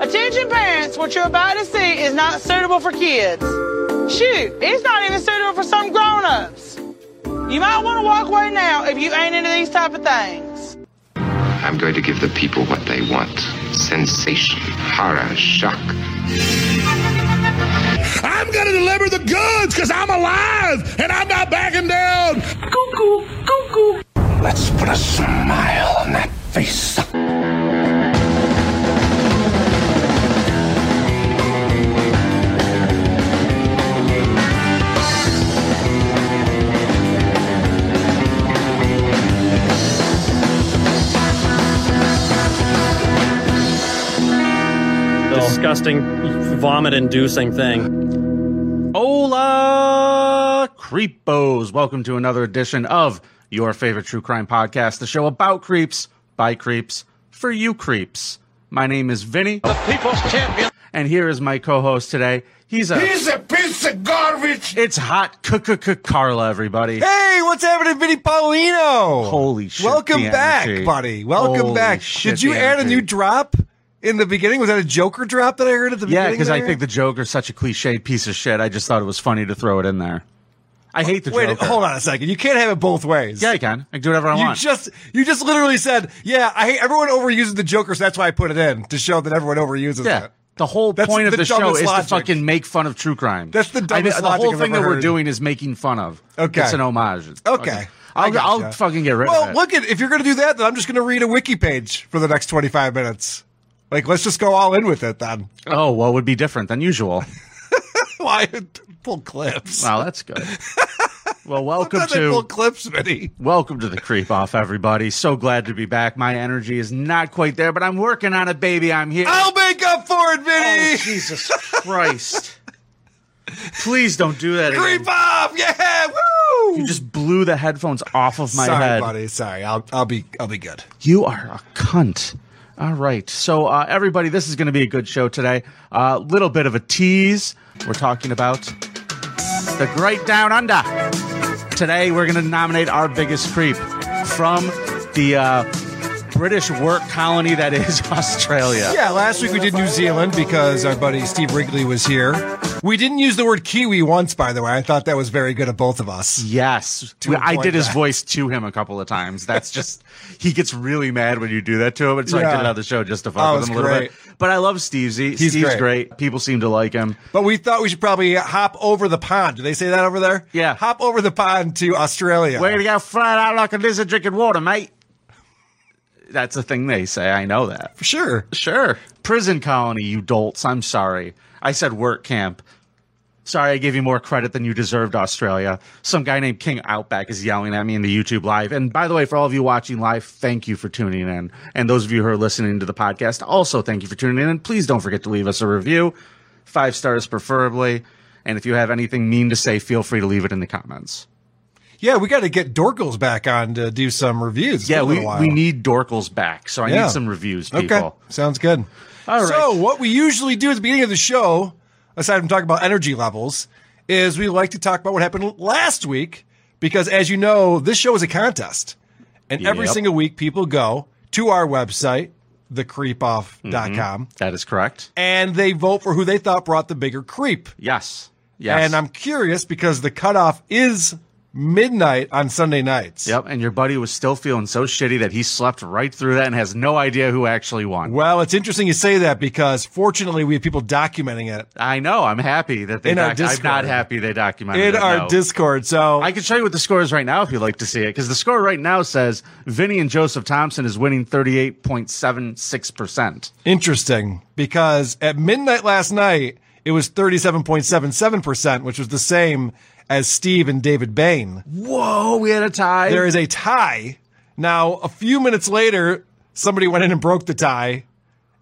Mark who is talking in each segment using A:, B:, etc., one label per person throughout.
A: Attention parents, what you're about to see is not suitable for kids. Shoot, it's not even suitable for some grown-ups. You might want to walk away now if you ain't into these type of things.
B: I'm going to give the people what they want sensation, horror, shock.
C: I'm going to deliver the goods because I'm alive and I'm not backing down.
D: Cuckoo, cuckoo.
C: Let's put a smile on that face.
E: disgusting, vomit-inducing thing. Hola,
F: creepos. Welcome to another edition of your favorite true crime podcast, the show about creeps, by creeps, for you creeps. My name is Vinny. The people's champion. And here is my co-host today. He's a
C: He's a piece of garbage.
F: It's hot Carla, everybody.
G: Hey, what's happening, Vinny Paulino?
F: Holy shit,
G: Welcome
F: the
G: back,
F: energy.
G: buddy. Welcome
F: Holy
G: back.
F: shit,
G: Did you
F: the
G: add a
F: energy.
G: new drop in the beginning? Was that a Joker drop that I heard at the
F: Yeah,
G: beginning?
F: because I
G: there?
F: think the Joker's such a cliched piece of shit. I just thought it was funny to throw it in there. I hate the
G: Wait,
F: Joker.
G: hold on a second. You can't have it both ways.
F: Yeah, I can. I can do whatever I
G: You
F: want.
G: just you just literally said, yeah, I hate everyone overuses the Joker, so that's why I put it in to show that everyone overuses
F: Yeah.
G: it.
F: The whole
G: That's
F: point of
G: the
F: the show
G: dumbest
F: is
G: logic.
F: to fucking make fun of true crime.
G: That's the
F: I mean,
G: dumbest
F: The
G: logic
F: whole
G: I've
F: thing that
G: ever
F: we're
G: heard.
F: doing is making fun of.
G: Okay.
F: It's an homage.
G: Okay. I
F: I'll, I'll
G: gotcha.
F: fucking get rid
G: well,
F: of it.
G: look at if you're going to do that, then I'm just going to read a wiki page for the next 25 minutes. Like, let's just go all in with it then.
F: Oh, well, it would be different than usual.
G: Why pull clips?
F: wow, that's good. Well, welcome
G: Sometimes I pull
F: to
G: clips, Vinny.
F: welcome to the creep off, everybody. So glad to be back. My energy is not quite there, but I'm working on it, baby. I'm here.
G: I'll make up for it,
F: Oh,
G: Vinny.
F: Jesus Christ! Please don't do that. again.
G: Creep off, yeah, woo!
F: You just blew the headphones off of my
G: sorry,
F: head.
G: buddy. Sorry, I'll I'll be I'll be good.
F: You are a cunt. All right. So, uh, everybody, this is going to be a good show today. A little bit of a tease. We're talking about the Great Down Under. Today, we're going to nominate our biggest creep from the uh, British work colony that is Australia.
G: Yeah, last week we did New Zealand because our buddy Steve Wrigley was here. We didn't use the word Kiwi once, by the way. I thought that was very good of both of us.
F: Yes. We- I
G: avoid
F: did his
G: that.
F: voice to him a couple of times. That's just, he gets really mad when you do that to him. And so I
G: Yeah.
F: did it on the show just to fuck
G: Oh,
F: with
G: it's
F: him a little bit.
G: great.
F: But I love Stevesy.
G: He's
F: Steve's
G: great.
F: great. People seem to like him.
G: But we thought we should probably hop over the pond. Do they say that over there?
F: Yeah.
G: Hop over the pond to Australia.
F: Way to go, flat out like a lizard drinking water, mate. That's a thing they say. I know that.
G: Sure.
F: Sure. Prison colony, you dolts. I'm sorry. I said work camp. Sorry, I gave you more credit than you deserved, Australia. Some guy named King Outback is yelling at me in the YouTube live. And by the way, for all of you watching live, thank you for tuning in. And those of you who are listening to the podcast, also thank you for tuning in. And please don't forget to leave us a review, five stars preferably. And if you have anything mean to say, feel free to leave it in the comments.
G: Yeah, we got to get Dorkles back on to do some reviews. It's
F: Yeah,
G: been a
F: we,
G: little while.
F: we need Dorkles back, so I
G: Yeah.
F: need some reviews, people.
G: Okay, sounds good.
F: All right.
G: So, what we usually do at the beginning of the show, aside from talking about energy levels, is we like to talk about what happened last week because, as you know, this show is a contest. And every
F: Yep.
G: single week, people go to our website,
F: Mm-hmm.
G: thecreepoff.com, com,
F: That is correct.
G: and they vote for who they thought brought the bigger creep.
F: Yes. Yes.
G: And I'm curious because the cutoff is midnight on Sunday nights.
F: Yep, and your buddy was still feeling so shitty that he slept right through that and has no idea who actually won.
G: Well, it's interesting you say that because fortunately, we have people documenting it
F: I know. I'm happy that they.
G: In our
F: doc- I'm not
G: Discord.
F: happy they documented it,
G: in our
F: no.
G: Discord. So
F: I can show you what the score is right now if you'd like to see it, because the score right now says Vinny and Joseph Thompson is winning 38.76 percent.
G: interesting because at midnight last night, it was 37.77%, which was the same as Steve and David Bain.
F: Whoa, we had a tie.
G: There is a tie. Now, a few minutes later, somebody went in and broke the tie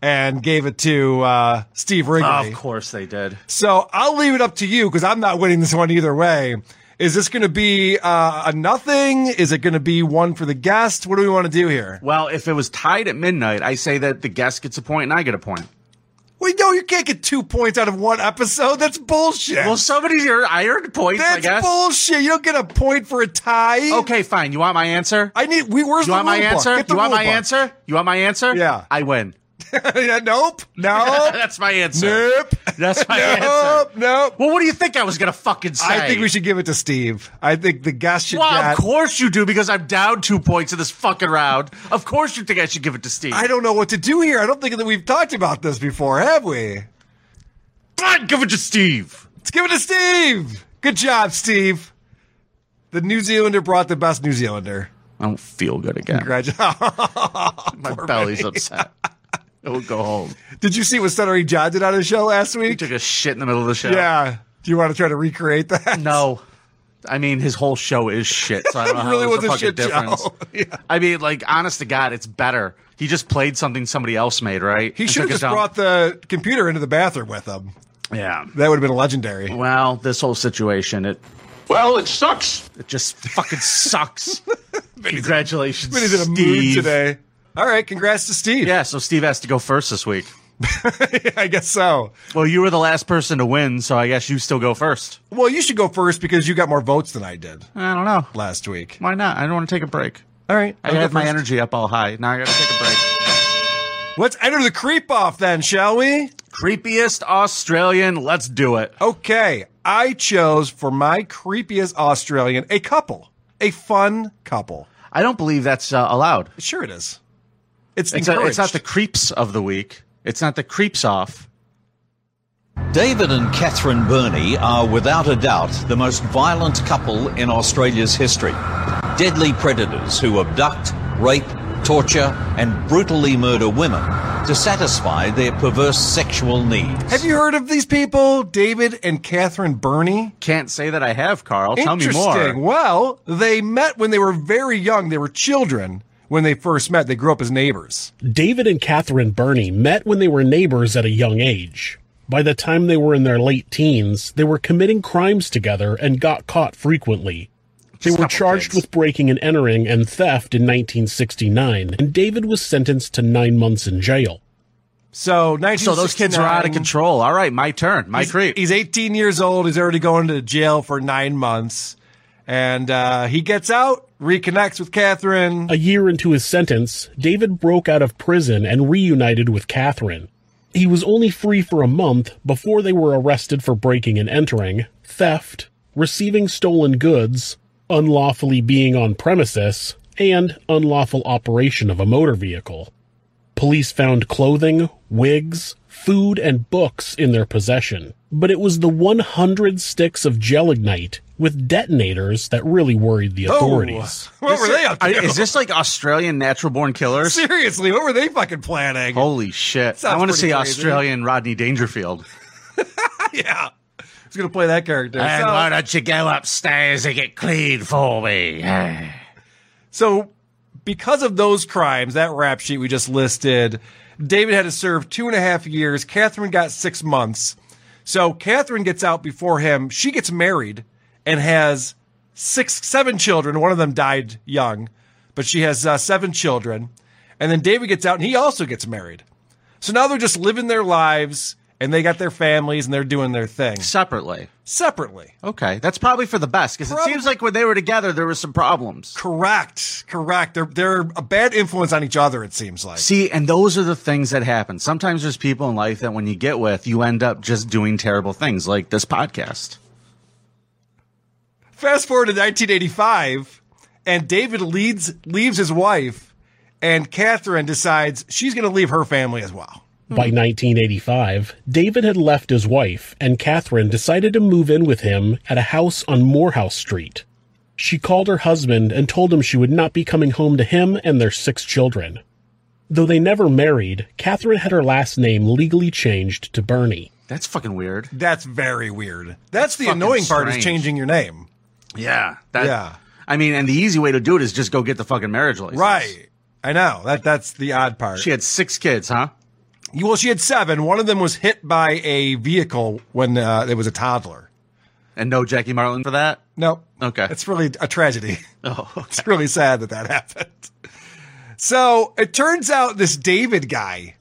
G: and gave it to uh, Steve Wrigley.
F: of course they did.
G: So I'll leave it up to you because I'm not winning this one either way. Is this going to be uh, a nothing? Is it going to be one for the guest? What do we want to do here?
F: Well, if it was tied at midnight, I say that the guest gets a point and I get a point.
G: Well, no, you can't get two points out of one episode. That's bullshit.
F: Well, somebody's earned, I earned points, I
G: That's
F: guess.
G: bullshit. You don't get a point for a tie.
F: okay, fine. You want my answer?
G: I need. We where's
F: you
G: the
F: want my
G: rule book?
F: answer?
G: Get the
F: You want
G: rule
F: my
G: book.
F: answer? You want my answer?
G: Yeah.
F: I win.
G: Yeah, nope. No.
F: That's my answer.
G: nope.
F: That's my
G: Nope.
F: answer.
G: Nope.
F: Well, what do you think I was gonna fucking say?
G: I think we should give it to Steve. I think the guest should
F: Well,
G: not-
F: of course you do because I'm down two points in this fucking round. Of course you think I should give it to Steve.
G: I don't know what to do here. I don't think that we've talked about this before, have we?
F: God, give it to Steve.
G: Let's give it to Steve. Good job, Steve. The New Zealander brought the best New Zealander.
F: I don't feel good again.
G: Congratulations.
F: My belly's upset. I will go home.
G: Did you see what Stuttering John did on his show last
F: He
G: week?
F: took a shit in the middle of the show.
G: Yeah. Do you want to try to recreate that?
F: No. I mean, his whole show is shit. So I don't know how
G: really
F: there's
G: was a
F: fucking
G: shit
F: difference.
G: show. Yeah.
F: I mean, like, honest to God, it's better. He just played something somebody else made, right?
G: He
F: And
G: should have
F: took it
G: just
F: down.
G: brought the computer into the bathroom with him.
F: Yeah.
G: That would have been legendary.
F: Well, this whole situation, it
H: Well, it sucks.
F: it just fucking sucks. Congratulations,
G: He's in a mood
F: Steve.
G: today. All right, congrats to Steve.
F: Yeah, so Steve has to go first this week.
G: I guess so.
F: Well, you were the last person to win, so I guess you still go first.
G: Well, you should go first because you got more votes than I did
F: I don't know.
G: last week.
F: Why not? I don't want to take a break.
G: All right.
F: I
G: I'll go
F: had my
G: first.
F: energy up all high. Now I got to take a break.
G: Let's enter the creep off then, shall we?
F: Creepiest Australian. Let's do it.
G: Okay, I chose for my creepiest Australian a couple, a fun couple.
F: I don't believe that's uh, allowed.
G: Sure, it is. It's,
F: It's, a, it's not the
G: encouraged.
F: creeps of the week. It's not the creeps off.
I: David and Catherine Burney are without a doubt the most violent couple in Australia's history. Deadly predators who abduct, rape, torture, and brutally murder women to satisfy their perverse sexual needs.
G: Have you heard of these people, David and Catherine Burney?
F: Can't say that I have, Carl. Tell me
G: Interesting.
F: more.
G: Well, they met when they were very young. They were children when they first met. They grew up as neighbors.
J: David and Catherine Burney met when they were neighbors at a young age. By the time they were in their late teens, they were committing crimes together and got caught frequently. They were
F: Couple
J: charged
F: kids.
J: with breaking and entering and theft in 1969, and David was sentenced to nine months in jail.
G: So,
F: So those kids are out of
G: 1969
F: control. All right, my turn. My
G: He's-
F: creep.
G: He's 18 years old. He's already going to jail for nine months, and uh, he gets out, reconnects with Catherine.
J: A year into his sentence, David broke out of prison and reunited with Catherine. He was only free for a month before they were arrested for breaking and entering, theft, receiving stolen goods, unlawfully being on premises, and unlawful operation of a motor vehicle. Police found clothing, wigs, food, and books in their possession, but it was the 100 sticks of gelignite with detonators that really worried the authorities.
G: What were they up to?
F: I- is this like Australian natural born killers?
G: Seriously, what were they fucking planning?
F: Holy shit!
G: Sounds
F: I want to
G: pretty
F: see
G: crazy.
F: Australian Rodney Dangerfield.
G: Yeah. Who's going to play that character?
F: And
G: so,
F: why don't you go upstairs and get clean for me?
G: so because of those crimes, that rap sheet we just listed, David had to serve two and a half years. Catherine got six months. So Catherine gets out before him. She gets married and has six, seven children. One of them died young, but she has uh, seven children. And then David gets out and he also gets married. So now they're just living their lives and they got their families and they're doing their thing
F: Separately.
G: separately.
F: Okay, that's probably for the best because it
G: Probably.
F: seems like when they were together, there were some problems.
G: Correct. Correct. They're they're a bad influence on each other. It seems like.
F: See, and those are the things that happen. Sometimes there's people in life that when you get with, you end up just doing terrible things, like this podcast.
G: Fast forward to 1985, and David leads leaves his wife, and Catherine decides she's going to leave her family as well.
J: By 1985, David had left his wife, and Catherine decided to move in with him at a house on Morehouse Street. She called her husband and told him she would not be coming home to him and their six children. Though they never married, Catherine had her last name legally changed to Bernie.
F: That's fucking weird.
G: That's very weird. That's, the
F: fucking
G: annoying part is
F: strange.
G: changing your name.
F: Yeah. That,
G: Yeah.
F: I mean, and the easy way to do it is just go get the fucking marriage license.
G: Right. I know that that's the odd part.
F: She had six kids, huh?
G: well, she had seven. One of them was hit by a vehicle when uh, it was a toddler.
F: And no Jackie Marlin for that?
G: Nope.
F: Okay.
G: It's really a tragedy.
F: Oh,
G: It's really sad that that happened. So it turns out this David guy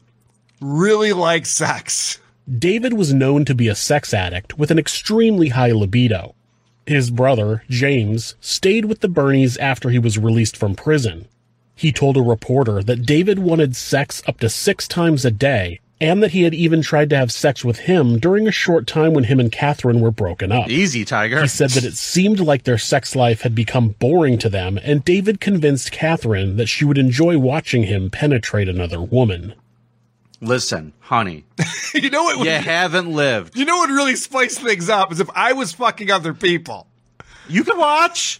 G: really likes sex.
J: David was known to be a sex addict with an extremely high libido. His brother, James, stayed with the Burneys after he was released from prison. He told a reporter that David wanted sex up to six times a day, and that he had even tried to have sex with him during a short time when him and Catherine were broken up.
F: Easy, Tiger.
J: He said that it seemed like their sex life had become boring to them, and David convinced Catherine that she would enjoy watching him penetrate another woman.
F: Listen, honey,
G: you know what? would-
F: you haven't lived.
G: You know what really spiced things up is if I was fucking other people.
F: You can watch.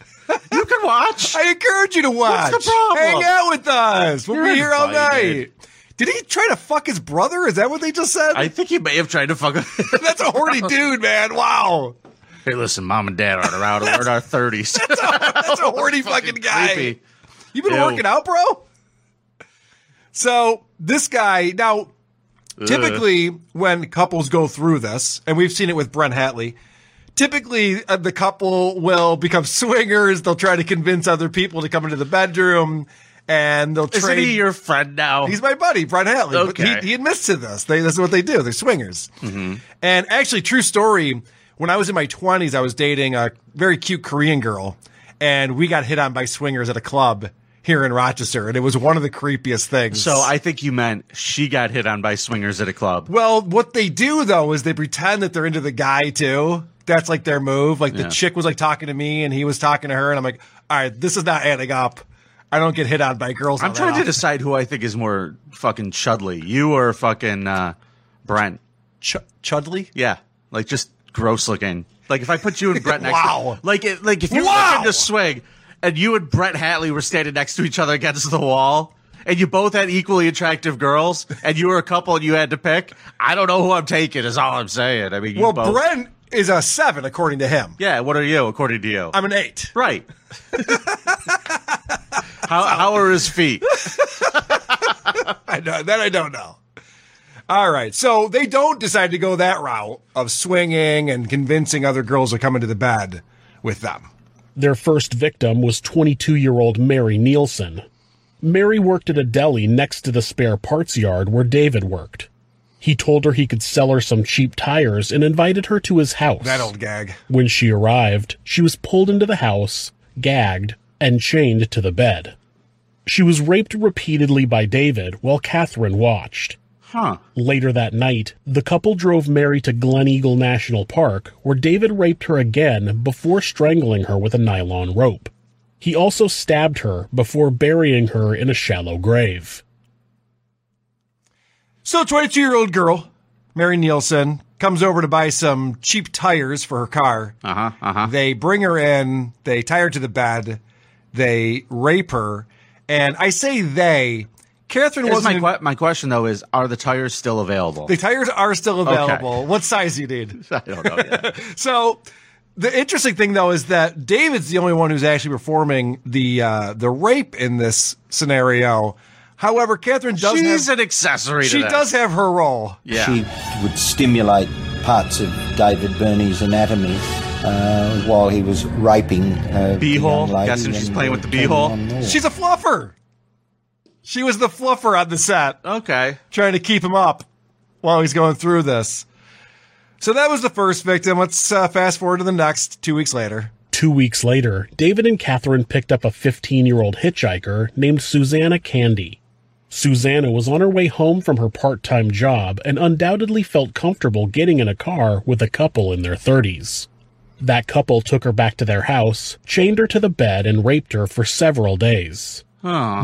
F: You can watch.
G: I encourage you to watch.
F: the problem?
G: Hang out with us. We'll
F: You're
G: be here all
F: invited.
G: night. Did he try to fuck his brother? Is that what they just said?
F: I think you may have tried to fuck.
G: That's a horny dude, man. Wow.
F: hey, listen, mom and dad are out. We're in our thirties.
G: That's a horny fucking guy.
F: Creepy.
G: You've been
F: Ew.
G: working out, bro? So this guy now typically when couples go through this, and we've seen it with Brent Hatley, typically uh, the couple will become swingers. They'll try to convince other people to come into the bedroom, and they'll
F: Isn't
G: trade.
F: he your friend now?
G: He's my buddy, Brent Hatley.
F: Oh. Okay. Mm-hmm.
G: But he, he admits to this. They, this is what they do. They're swingers. And actually, true story. When I was in my twenties, I was dating a very cute Korean girl, and we got hit on by swingers at a club here in Rochester, and it was one of the creepiest things.
F: so I think you meant she got hit on by swingers at a club.
G: Well, what they do though is they pretend that they're into the guy too. That's like their move. Like the chick was like talking to me, and he was talking to her, and I'm like, all right, this is not adding up. I don't get hit on by girls.
F: I'm
G: all
F: trying
G: that
F: to
G: often.
F: decide who I think is more fucking Chudley, you or fucking uh, Brent.
G: Ch- Chudley.
F: Yeah, like just gross looking. Like if I put you and Brett next,
G: Wow.
F: to, like it, like if you
G: Wow.
F: were in the swing and you and Brett Hatley were standing next to each other against the wall, and you both had equally attractive girls, and you were a couple and you had to pick. I don't know who I'm taking. Is all I'm saying. I mean, you
G: Well,
F: both-
G: Brent is a seven according to him.
F: Yeah, what are you according to you?
G: I'm an eight.
F: right. how how are his feet?
G: I know, that I don't know. All right, so they don't decide to go that route of swinging and convincing other girls to come into the bed with them.
J: Their first victim was 22 year old Mary Nielsen. Mary worked at a deli next to the spare parts yard where David worked. He told her he could sell her some cheap tires and invited her to his house.
G: That old gag.
J: When she arrived, she was pulled into the house, gagged, and chained to the bed. She was raped repeatedly by David while Catherine watched.
F: Huh?
J: Later that night, the couple drove Mary to Glen Eagle National Park, where David raped her again before strangling her with a nylon rope. He also stabbed her before burying her in a shallow grave.
G: So, 22 year old girl, Mary Nielsen, comes over to buy some cheap tires for her car.
F: Uh huh. Uh huh.
G: They bring her in, they tie her to the bed, they rape her. And I say they, Catherine
F: Here's
G: wasn't.
F: my
G: in-
F: que- my question though is: Are the tires still available?
G: the tires are still available. What size you need?
F: I don't know. yet.
G: So the interesting thing though is that David's the only one who's actually performing the uh, the rape in this scenario. However, Catherine does
F: She's
G: have,
F: an accessory. to
G: she
F: this.
G: does have her role.
F: Yeah.
H: She would stimulate parts of David Burney's anatomy uh, while he was raping uh, the
F: B-hole?
H: young lady
F: Guessing she's
H: and
F: playing with the
H: turning
F: B-hole?
H: on there.
G: She's a fluffer. She was the fluffer on the set,
F: Okay.
G: trying to keep him up while he's going through this. So that was the first victim. Let's uh, fast forward to the next two weeks later.
J: Two weeks later, David and Catherine picked up a 15 year old hitchhiker named Susanna Candy. Susanna was on her way home from her part time job and undoubtedly felt comfortable getting in a car with a couple in their 30s. That couple took her back to their house, chained her to the bed, and raped her for several days.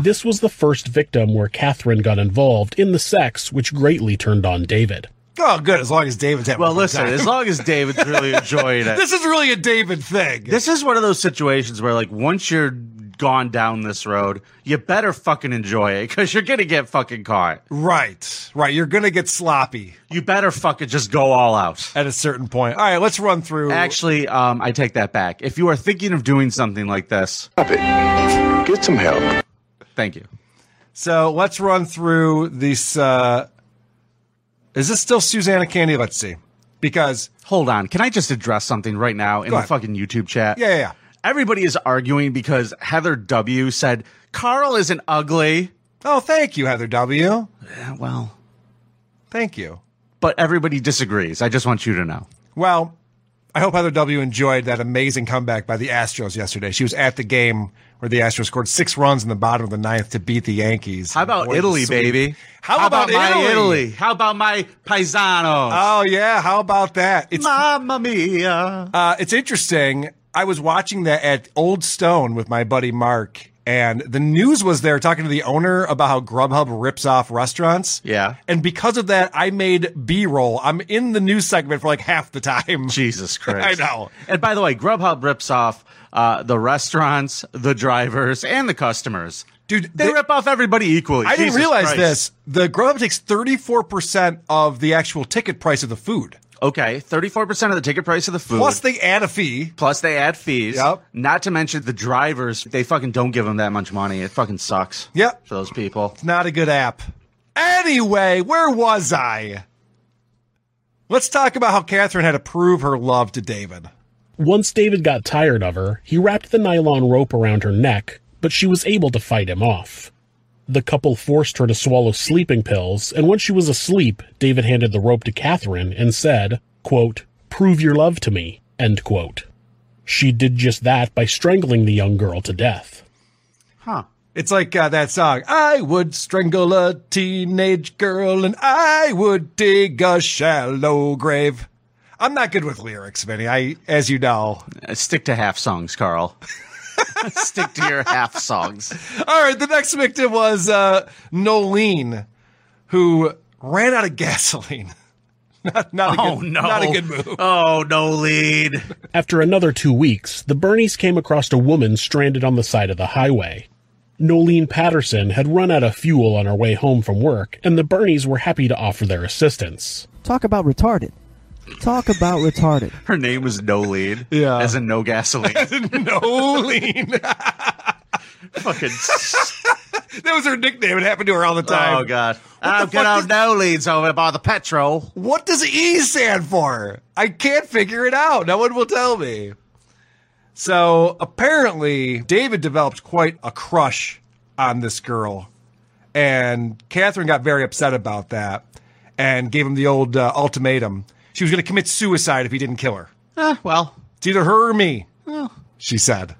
J: This was the first victim where Catherine got involved in the sex, which greatly turned on David.
G: Oh, good. As long as David's having a
F: Well,
G: good
F: listen,
G: time.
F: as long as David's really enjoying it.
G: this is really a David thing.
F: This is one of those situations where, like, once you're gone down this road, you better fucking enjoy it because you're going to get fucking caught.
G: right, right. You're gonna get sloppy.
F: You better fucking just go all out.
G: at a certain point. All right, let's run through.
F: Actually, um, I take that back. If you are thinking of doing something like this,
K: Get some help.
F: thank you.
G: so let's run through this. Uh, is this still Susanna Candy? Let's see. Because
F: Hold on. Can I just address something right now in the
G: ahead.
F: fucking YouTube chat?
G: yeah, yeah, yeah.
F: Everybody is arguing because Heather W said, Carl isn't ugly.
G: Oh, thank you, Heather W.
F: Yeah, well,
G: Thank you.
F: but everybody disagrees. I just want you to know.
G: Well, I hope Heather W. enjoyed that amazing comeback by the Astros yesterday. She was at the game where the Astros scored six runs in the bottom of the ninth to beat the Yankees.
F: How about
G: Boy,
F: Italy,
G: sweet.
F: baby?
G: How, about,
F: my
G: Italy?
F: Italy? How about my paisanos?
G: Oh yeah, how about that? It's
F: Mamma mia!
G: Uh, it's interesting. I was watching that at Old Stone with my buddy Mark, and the news was there talking to the owner about how Grubhub rips off restaurants.
F: Yeah.
G: And because of that, I made B roll. I'm in the news segment for like half the time.
F: Jesus Christ!
G: I know.
F: And by the way, Grubhub rips off uh, the restaurants, the drivers, and the customers.
G: Dude,
F: they,
G: they-
F: rip off everybody equally.
G: I didn't
F: Jesus
G: realize
F: Christ.
G: this. The Grubhub takes 34% of the actual ticket price of the food.
F: Okay, thirty-four percent of the ticket price of the food.
G: Plus, they add a fee.
F: Plus they add fees.
G: Yep.
F: Not to mention the drivers. They fucking don't give them that much money. It fucking sucks.
G: Yep.
F: For those people.
G: Not a good app. Anyway, where was I? Let's talk about how Catherine had to prove her love to David.
J: Once David got tired of her, he wrapped the nylon rope around her neck, but she was able to fight him off. The couple forced her to swallow sleeping pills, and when she was asleep, David handed the rope to Catherine and said, quote, Prove your love to me. End quote. She did just that by strangling the young girl to death.
F: Huh.
G: It's like uh, that song, I would strangle a teenage girl and I would dig a shallow grave. I'm not good with lyrics, Vinny. I, as you know.
F: Uh, Stick to half songs, Carl. Stick to your half songs.
G: All right, the next victim was uh, Nolene, who ran out of gasoline. not, not, a
F: Oh
G: good,
F: no.
G: not a good move.
F: Oh no lead.
J: After another two weeks, the Bernies came across a woman stranded on the side of the highway. Nolene Patterson had run out of fuel on her way home from work, and the Bernies were happy to offer their assistance.
L: Talk about retarded. Talk about retarded.
F: Her name was No Lead.
G: Yeah.
F: As in no gasoline.
G: Nolene.
F: fucking s-
G: That was her nickname. It happened to her all the time.
F: Oh god.
G: the
F: I've
G: fuck
F: got
G: is-
F: old No Leads over by the petrol.
G: What does E stand for? I can't figure it out. No one will tell me. So apparently, David developed quite a crush on this girl. And Catherine got very upset about that and gave him the old uh, ultimatum. She was going to commit suicide if he didn't kill her.
F: Eh, well.
G: It's either her or me, she said.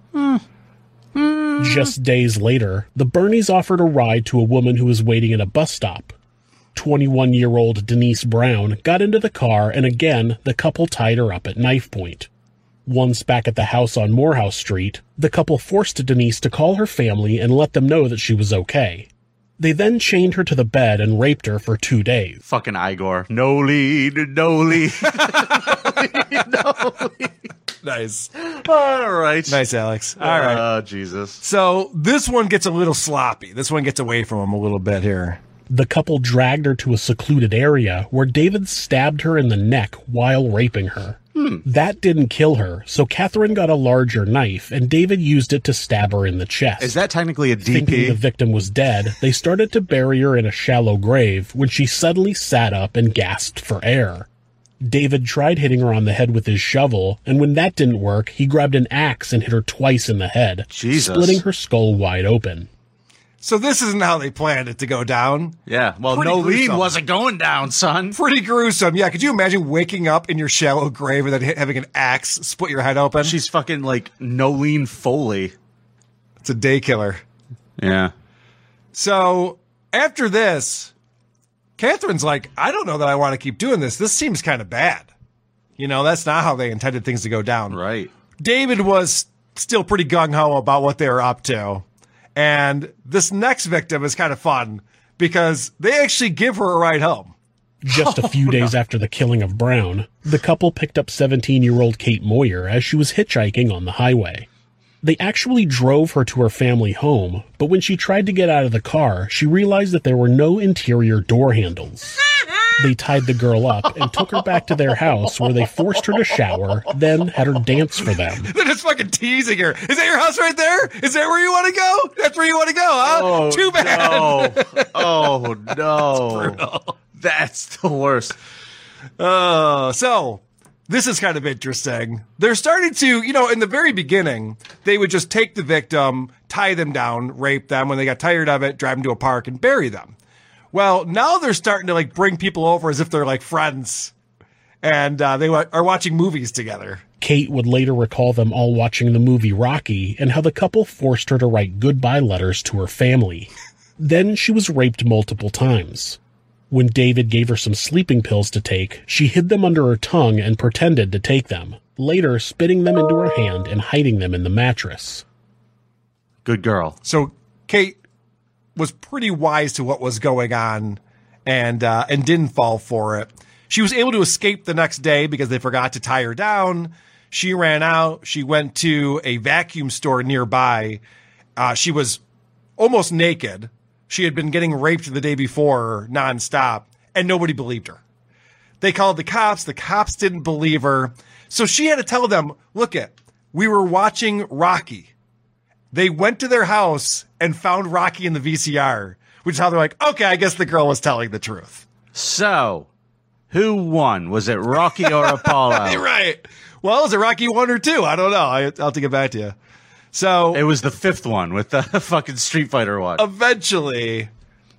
J: Just days later, the Bernies offered a ride to a woman who was waiting at a bus stop. 21 year old Denise Brown got into the car, and again, the couple tied her up at knife point. Once back at the house on Morehouse Street, the couple forced Denise to call her family and let them know that she was okay. They then chained her to the bed and raped her for two days.
F: Fucking Igor. No lead, no lead.
G: Nice.
F: All right.
G: Nice, Alex. All right.
F: Oh, Jesus.
G: So this one gets a little sloppy. This one gets away from him a little bit here.
J: The couple dragged her to a secluded area where David stabbed her in the neck while raping her.
F: Hmm.
J: That didn't kill her, so Catherine got a larger knife and David used it to stab her in the chest.
F: Is that technically a
J: Thinking the
F: DP?
J: victim was dead, they started to bury her in a shallow grave when she suddenly sat up and gasped for air. David tried hitting her on the head with his shovel, and when that didn't work, he grabbed an axe and hit her twice in the head,
F: Jesus.
J: splitting her skull wide open.
G: So this isn't how they planned it to go down.
F: yeah. Well,
G: Pretty
F: no lead
G: gruesome.
F: wasn't going down, son.
G: Pretty gruesome. Yeah. Could you imagine waking up in your shallow grave and then hit- having an axe split your head open?
F: She's fucking like Nolene Foley.
G: it's a day killer.
F: Yeah.
G: So after this, Catherine's like, I don't know that I want to keep doing this. This seems kind of bad. You know, that's not how they intended things to go down.
F: Right.
G: David was still pretty gung ho about what they were up to. And this next victim is kind of fun because they actually give her a ride home.
J: Just a few days after the killing of Brown, the couple picked up 17 year old Kate Moyer as she was hitchhiking on the highway. They actually drove her to her family home, but when she tried to get out of the car, she realized that there were no interior door handles. They tied the girl up and took her back to their house where they forced her to shower, then had her dance for them.
G: They're just fucking teasing her. Is that your house right there? Is that where you want to go? That's where you want to go, huh? Too bad.
F: No. Oh no. That's the worst.
G: Uh, so this is kind of interesting. They're starting to, you know, in the very beginning, they would just take the victim, tie them down, rape them. When they got tired of it, drive them to a park and bury them. Well, now they're starting to like bring people over as if they're like friends, and uh, they wa- are watching movies together.
J: Kate would later recall them all watching the movie Rocky and how the couple forced her to write goodbye letters to her family. Then she was raped multiple times. When David gave her some sleeping pills to take, she hid them under her tongue and pretended to take them, later spitting them into her hand and hiding them in the mattress.
F: Good girl.
G: So Kate was pretty wise to what was going on and uh, and didn't fall for it. She was able to escape the next day because they forgot to tie her down. She ran out. She went to a vacuum store nearby. Uh, she was almost naked. She had been getting raped the day before nonstop, and nobody believed her. They called the cops. The cops didn't believe her. So she had to tell them, look it, we were watching Rocky. They went to their house and found Rocky in the VCR, which is how they're like, okay, I guess the girl was telling the truth.
F: So, who won? Was it Rocky or Apollo?
G: right. Well, was it Rocky one or two? I don't know. I, I'll have to get back to you. So
F: it was the fifth one with the fucking Street Fighter one.
G: Oh, eventually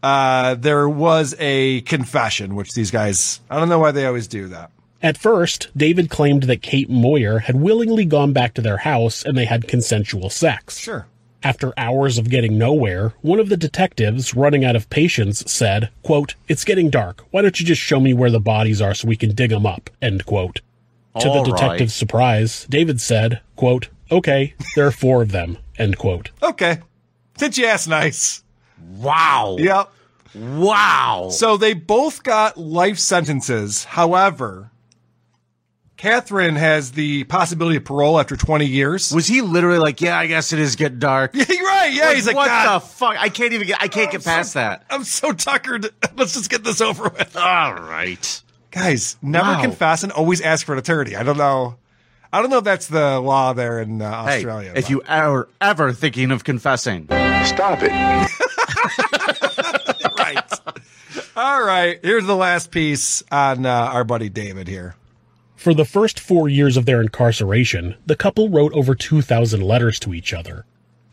G: uh, there was a confession, which these guys, I don't know why they always do that.
J: At first, David claimed that Kate Moyer had willingly gone back to their house and they had consensual sex.
G: Sure.
J: After hours of getting nowhere, one of the detectives, running out of patience, said, quote, It's getting dark. Why don't you just show me where the bodies are so we can dig 'em up? End quote. To
F: All
J: the
F: right.
J: detective's surprise, David said, quote, Okay, there are four of them. End quote.
G: Okay. Since you asked nice.
F: Wow.
G: Yep.
F: Wow.
G: So they both got life sentences. However, Catherine has the possibility of parole after 20 years.
F: Was he literally like, yeah, I guess it is getting dark?
G: You're right. Yeah. he's like,
F: what
G: "God,
F: the fuck? I can't even get, I can't get past that.
G: I'm so tuckered. Let's just get this over with.
F: All right.
G: Guys, never
F: Wow.
G: confess and always ask for an attorney. I don't know. I don't know if that's the law there in uh,
F: Hey,
G: Australia.
F: if
G: but-
F: you ever, ever thinking of confessing,
K: Stop it.
G: right. All right. Here's the last piece on uh, our buddy David here.
J: For the first four years of their incarceration, the couple wrote over 2,000 letters to each other.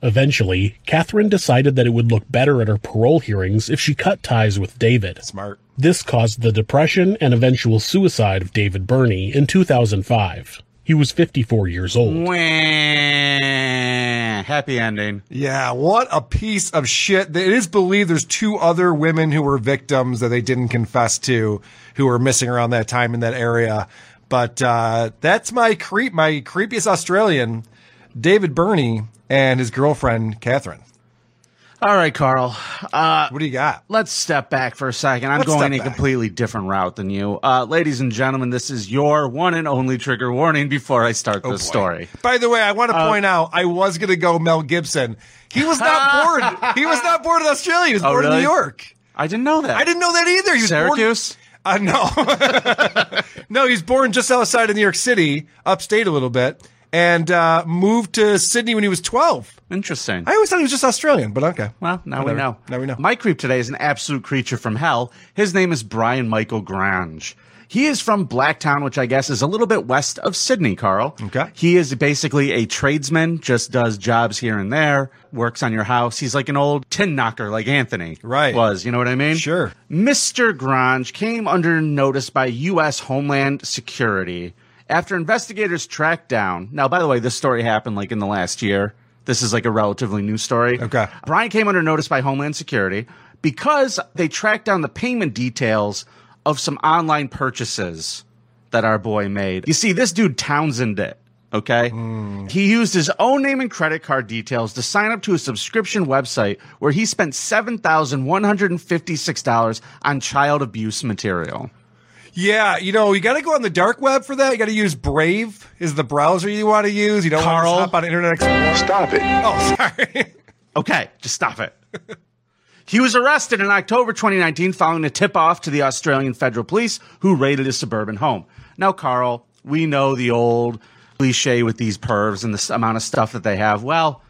J: Eventually, Catherine decided that it would look better at her parole hearings if she cut ties with David.
G: Smart.
J: This caused the depression and eventual suicide of David Burney in 2005. He was 54 years old.
F: Wah. happy ending.
G: Yeah. What a piece of shit. It is believed there's two other women who were victims that they didn't confess to who were missing around that time in that area. But uh, that's my creep, my creepiest Australian, David Burney, and his girlfriend, Catherine.
F: All right, Carl.
G: What do you got?
F: Let's step back for a second. I'm
G: Let's
F: going
G: step
F: a
G: back.
F: completely different route than you. Uh, ladies and gentlemen, this is your one and only trigger warning before I start
G: Oh,
F: this story. Uh,
G: By the way, I want to point out I was going to go Mel Gibson. He was not bored. He was not bored in Australia. He was
F: Oh,
G: bored in
F: really?
G: New York.
F: I didn't know that.
G: I didn't know that either. He was
F: Syracuse?
G: Born, uh, no, no, he's born just outside of New York City, upstate a little bit, and uh, moved to Sydney when he was twelve.
F: Interesting.
G: I always thought he was just Australian, but okay.
F: Well, now
G: Whatever.
F: we know.
G: Now we know.
F: My creep today is an absolute creature from hell. His name is Brian Michael Grange. He is from Blacktown, which I guess is a little bit west of Sydney, Carl.
G: Okay.
F: He is basically a tradesman, just does jobs here and there, works on your house. He's like an old tin knocker, like Anthony
G: Right.
F: was. You know what I mean?
G: Sure.
F: Mr. Grange came under notice by U.S. Homeland Security after investigators tracked down. Now, by the way, this story happened like in the last year. This is like a relatively new story.
G: Okay.
F: Brian came under notice by Homeland Security because they tracked down the payment details of some online purchases that our boy made. You see, this dude Townsend it. Okay. He used his own name and credit card details to sign up to a subscription website where he spent $7,156 on child abuse material.
G: Yeah, you know, you got to go on the dark web for that. You got to use Brave is the browser you want to use. You don't want to
F: Carl.
G: hop on Internet Explorer.
K: Stop it.
G: Oh, sorry.
F: Okay, just stop it. he was arrested in October 2019 following a tip off to the Australian federal police who raided his suburban home. Now, Carl, we know the old cliche with these pervs and the s- amount of stuff that they have. Well,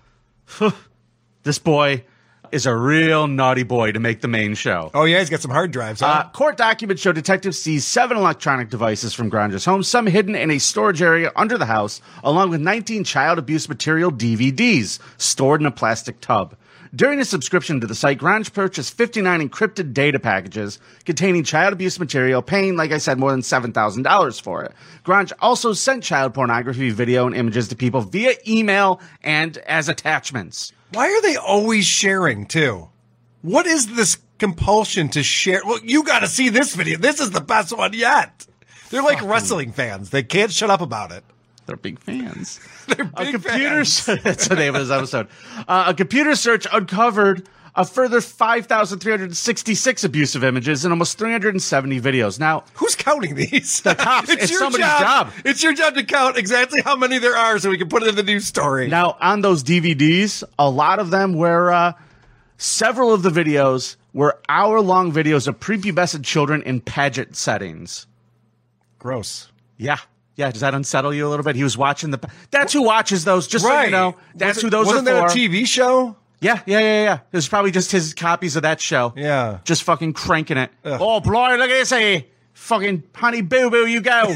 F: this boy is a real naughty boy to make the main show.
G: Oh yeah, he's got some hard drives. Huh?
F: Uh, court documents show detectives seized seven electronic devices from Grange's home, some hidden in a storage area under the house, along with 19 child abuse material DVDs stored in a plastic tub. During his subscription to the site, Grange purchased 59 encrypted data packages containing child abuse material, paying, like I said, more than $7,000 for it. Grange also sent child pornography video and images to people via email and as attachments.
G: Why are they always sharing, too? What is this compulsion to share? Well, you got to see this video. This is the best one yet. They're like wrestling fans. They can't shut up about it.
F: They're big fans. a computer se- that's the name of this episode. Uh, a computer search uncovered a further 5,366 abusive images and almost 370 videos. Now,
G: who's counting these?
F: The cops. It's, somebody's job.
G: It's your job to count exactly how many there are so we can put it in the news story.
F: Now, on those DVDs, a lot of them were uh, several of the videos were hour long videos of prepubescent children in pageant settings.
G: Gross.
F: Yeah. Yeah, does that unsettle you a little bit? He was watching the. That's who watches those. Just so you know, that's
G: Wasn't-
F: who those
G: wasn't
F: are for.
G: that a TV show?
F: Yeah, yeah, yeah, yeah. It was probably just his copies of that show.
G: Yeah.
F: Just fucking cranking it. Oh, boy, look at this. Hey, fucking honey boo boo, you go.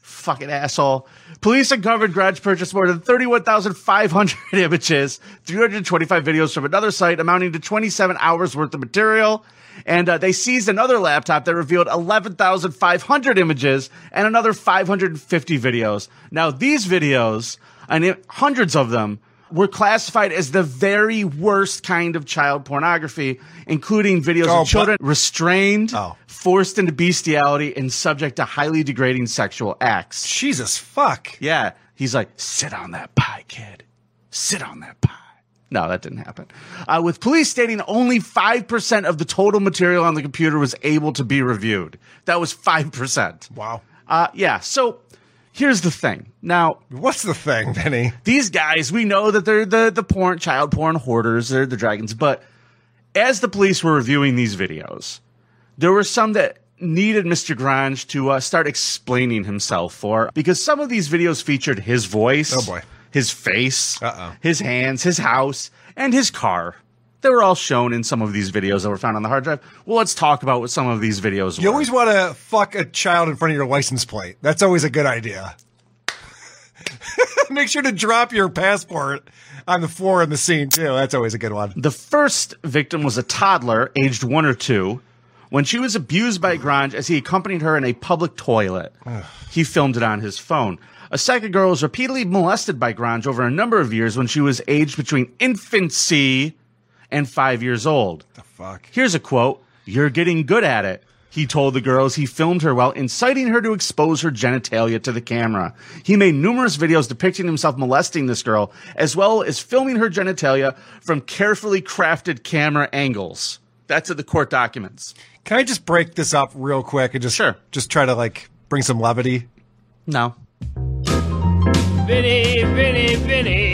F: fucking asshole. Police uncovered Grudge purchased more than 31,500 images, 325 videos from another site, amounting to 27 hours worth of material. And uh, they seized another laptop that revealed 11,500 images and another 550 videos. Now, these videos, and it- hundreds of them, were classified as the very worst kind of child pornography, including videos
G: Oh,
F: of children restrained, forced into bestiality, and subject to highly degrading sexual acts.
G: Jesus fuck.
F: Yeah. He's like, sit on that pie, kid. Sit on that pie. No, that didn't happen. Uh, with police stating only 5% of the total material on the computer was able to be reviewed. That was 5%.
G: Wow.
F: Uh, yeah. So here's the thing. Now,
G: what's the thing, Benny?
F: These guys, we know that they're the the porn, child porn hoarders. They're the dragons. But as the police were reviewing these videos, there were some that needed Mr. Grange to uh, start explaining himself for because some of these videos featured his voice,
G: Oh, boy.
F: his face, his hands, his house, and his car. They were all shown in some of these videos that were found on the hard drive. Well, let's talk about what some of these videos
G: You
F: were.
G: always want to fuck a child in front of your license plate. That's always a good idea. Make sure to drop your passport on the floor in the scene too. That's always a good one.
F: The first victim was a toddler, aged one or two, when she was abused by Grange as he accompanied her in a public toilet. he filmed it on his phone. A second girl was repeatedly molested by Grange over a number of years when she was aged between infancy and five years old. The
G: fuck?
F: Here's a quote You're getting good at it. He told the girls he filmed her while inciting her to expose her genitalia to the camera. He made numerous videos depicting himself molesting this girl, as well as filming her genitalia from carefully crafted camera angles. That's in the court documents.
G: Can I just break this up real quick and just sure. just try to like bring some levity?
F: No.
M: Vinny, Vinny, Vinny.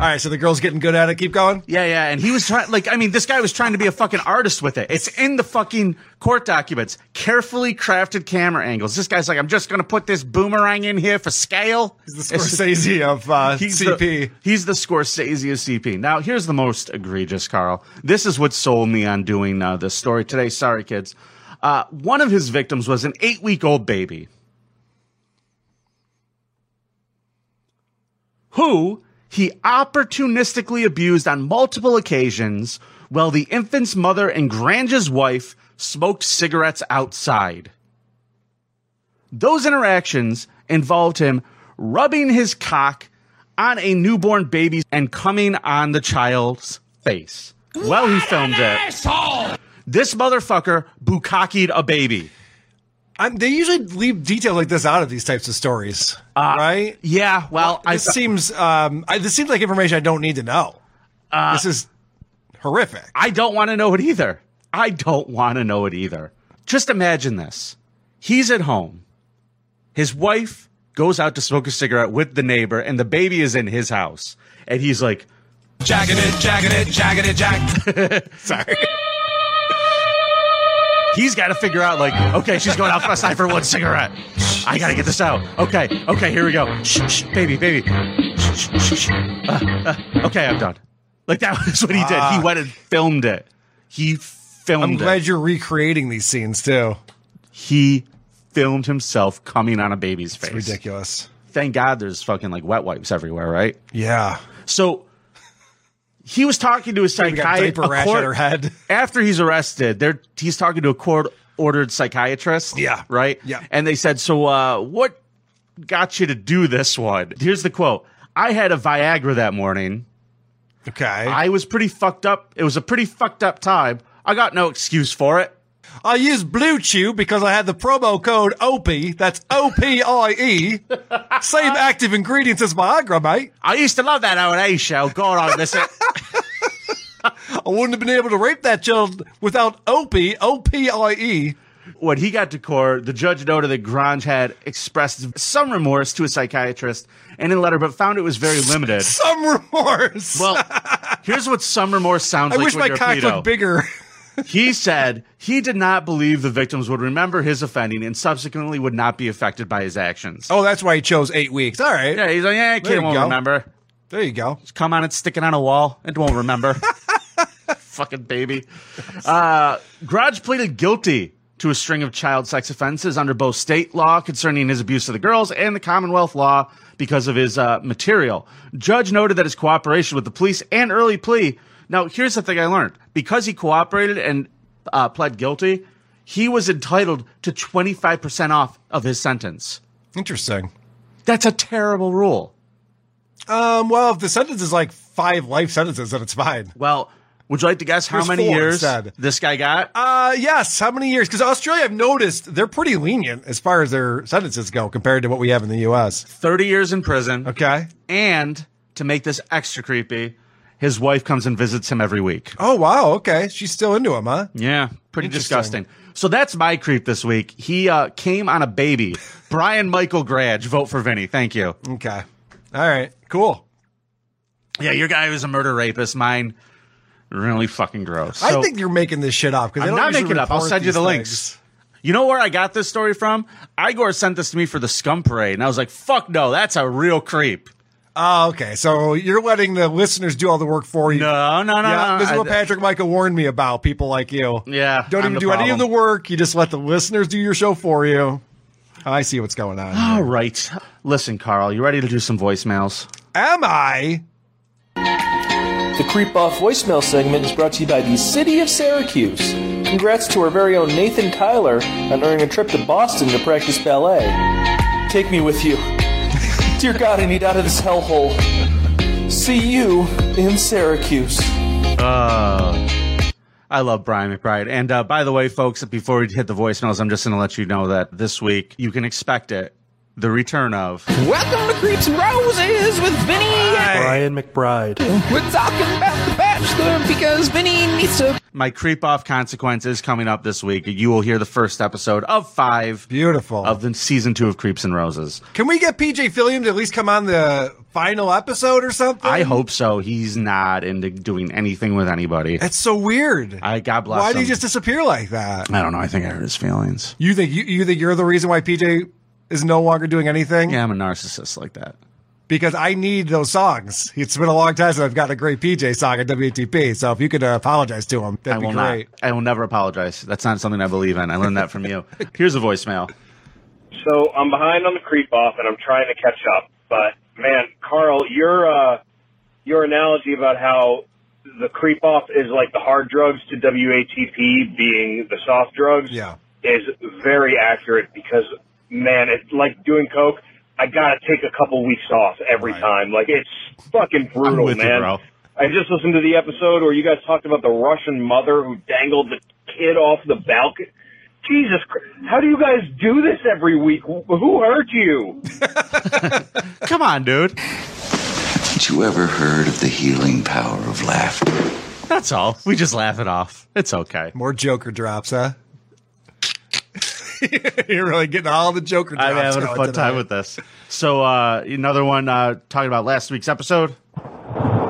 G: All right, so the girl's getting good at it. Keep going.
F: Yeah, yeah. And he was trying, like, I mean, this guy was trying to be a fucking artist with it. It's in the fucking court documents. Carefully crafted camera angles. This guy's like, I'm just going to put this boomerang in here for scale. He's
G: the Scorsese of, uh, CP.
F: the- he's the Scorsese of CP. Now, here's the most egregious, Carl. This is what sold me on doing uh, this story today. Sorry, kids. Uh, one of his victims was an eight week old baby. who he opportunistically abused on multiple occasions while the infant's mother and Grange's wife smoked cigarettes outside. Those interactions involved him rubbing his cock on a newborn baby and coming on the child's face. Well, he filmed it. This motherfucker bukakied a baby.
G: I'm, they usually leave details like this out of these types of stories, right?
F: Yeah. Well,
G: this seems um, I, this seems like information I don't need to know. this is horrific.
F: I don't want to know it either. I don't want to know it either. Just imagine this. He's at home. His wife goes out to smoke a cigarette with the neighbor, and the baby is in his house. And he's like,
G: Jacking it, jacking it, jacking it, jack. Sorry.
F: he's got to figure out, like, okay, she's going outside for one cigarette. I got to get this out. Okay, okay, here we go. Shh, shh, baby, baby. Shh, shh, shh, shh. Uh, uh, okay, I'm done. Like, that was what he did. He
G: Ah.
F: went and filmed it. He filmed
G: I'm
F: it.
G: glad you're recreating these scenes too.
F: he filmed himself coming on a baby's face.
G: Ridiculous.
F: Thank God there's fucking like wet wipes everywhere, right?
G: Yeah.
F: So he was talking to a psychiatrist
G: diaper rash at her head.
F: after he's arrested. There, he's talking to a court ordered psychiatrist.
G: Yeah.
F: right.
G: Yeah.
F: and they said, "So, uh, what got you to do this one?" Here's the quote: "I had a Viagra that morning.
G: Okay,
F: I was pretty fucked up. It was a pretty fucked up time. I got no excuse for it."
G: I used Blue Chew because I had the promo code OPI. That's O P I E. Same active ingredients as Viagra, mate.
F: I used to love that O and A show. God, I miss it.
G: I wouldn't have been able to rape that child without OPI, O P I E.
F: When he got to court, the judge noted that Grange had expressed some remorse to a psychiatrist and in a letter, but found it was very limited.
G: Some remorse.
F: Well, here's what some remorse sounds
G: I
F: like.
G: wish
F: when
G: my
F: you're a
G: cock
F: pedo.
G: looked bigger.
F: he said he did not believe the victims would remember his offending and subsequently would not be affected by his actions.
G: Oh, that's why he chose eight weeks. All right.
F: Yeah, he's like, yeah,
G: There
F: kid
G: you
F: won't
G: go.
F: remember.
G: There you go.
F: Just come on and stick it on a wall. It won't remember. Fucking baby. Uh, Grudge pleaded guilty to a string of child sex offenses under both state law concerning his abuse of the girls and the Commonwealth law because of his uh, material. Judge noted that his cooperation with the police and early plea. Now, here's the thing I learned because he cooperated and uh, pled guilty, he was entitled to 25% off of his sentence.
G: Interesting.
F: That's a terrible rule.
G: Um, well, if the sentence is like five life sentences, then it's fine.
F: Well, would you like to guess how
G: Here's
F: many
G: four
F: years
G: instead.
F: this guy got?
G: Uh, yes. How many years? Because Australia, I've noticed they're pretty lenient as far as their sentences go compared to what we have in the U.S.
F: 30 years in prison.
G: Okay.
F: And to make this extra creepy, his wife comes and visits him every week.
G: Oh wow. Okay. She's still into him, huh?
F: Yeah, pretty
G: Interesting.
F: disgusting. So that's my creep this week. He uh, came on a baby. Brian Michael Grudge, vote for Vinny. Thank you.
G: Okay. All right. Cool.
F: Yeah, your guy was a murder rapist. Mine, really fucking gross.
G: I
F: So-
G: think you're making this shit up. 'cause they
F: I'm
G: don't
F: not
G: usually
F: making it up. I'll
G: report
F: send you
G: these
F: the
G: things.
F: links. You know where I got this story from? Igor sent this to me for the Scum Parade, and I was like, "Fuck no, that's a real creep."
G: Oh, okay. So you're letting the listeners do all the work for you.
F: No, no, no.
G: Yeah,
F: no.
G: this is
F: I-
G: what Patrick Michael warned me about. People like you.
F: Yeah,
G: Don't
F: I'm
G: even
F: the
G: do any of
F: problem.
G: the work. You just let the listeners do your show for you. I see what's going on.
F: All right, listen, Carl, you ready to do some voicemails?
G: Am I?
N: The Creep Off voicemail segment is brought to you by the City of Syracuse. Congrats to our very own Nathan Tyler on earning a trip to Boston to practice ballet. Take me with you. Dear God, I need out of this hellhole. See you in Syracuse.
F: Uh, I love Brian McBride. And uh, by the way, folks, before we hit the voicemails, I'm just going to let you know that this week you can expect it. The return of.
M: Welcome to Creeps and Roses with Vinny.
F: Brian McBride.
M: We're talking about The Bachelor because Vinny needs to.
F: My creep off consequences coming up this week. You will hear the first episode of five.
G: Beautiful.
F: Of the season two of Creeps and Roses.
G: Can we get PJ Fillion to at least come on the final episode or something?
F: I hope so. He's not into doing anything with anybody.
G: That's so weird.
F: I God bless
G: Why do you
F: him.
G: just disappear like that?
F: I don't know. I think I hurt his feelings.
G: You think you, you think you're the reason why PJ is no longer doing anything?
F: Yeah, I'm a narcissist like that.
G: Because I need those songs. It's been a long time since I've got a great PJ song at WTP. So if you could uh, apologize to him, that'd
F: I
G: be
F: will
G: great.
F: not. I will never apologize. That's not something I believe in. I learned that from you. Here's a voicemail.
O: So I'm behind on the creep off, and I'm trying to catch up. But man, Carl, your uh, your analogy about how the creep off is like the hard drugs to WATP being the soft drugs
G: Yeah.
O: is very accurate because man, it's like doing coke. I gotta take a couple weeks off every time. Like it's fucking brutal,
F: with you,
O: man.
F: bro.
O: I just listened to the episode where you guys talked about the Russian mother who dangled the kid off the balcony. Jesus Christ. How do you guys do this every week? Wh- Who hurt you?
F: Come on, dude.
P: Did you ever heard of the healing power of laughter?
F: That's all. We just laugh it off. It's okay.
G: More Joker drops, huh? You're really getting all the Joker drops.
F: I'm having a
G: going
F: fun
G: tonight.
F: time with this. So uh, another one uh, talking about last week's episode.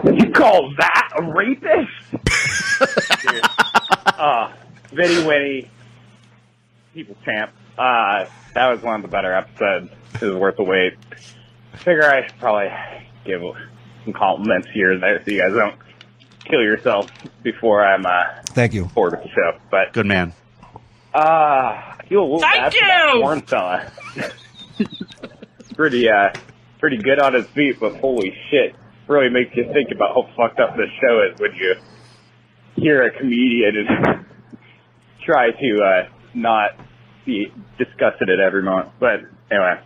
O: You call that a rapist? Dude. Uh,
Q: Vinny Winnie, people champ. Uh, that was one of the better episodes. It was worth the wait. Figure I should probably give some compliments here and there so you guys don't kill yourself before I'm uh,
G: Thank you.
Q: bored with the show. But
F: Good man.
Q: uh, I feel a little
M: Thank
Q: bad for that
M: you!
Q: porn fella. pretty uh, pretty good on his feet, but holy shit, really makes you think about how fucked up this show is when you hear a comedian and try to uh, not be disgusted at every moment. But anyway,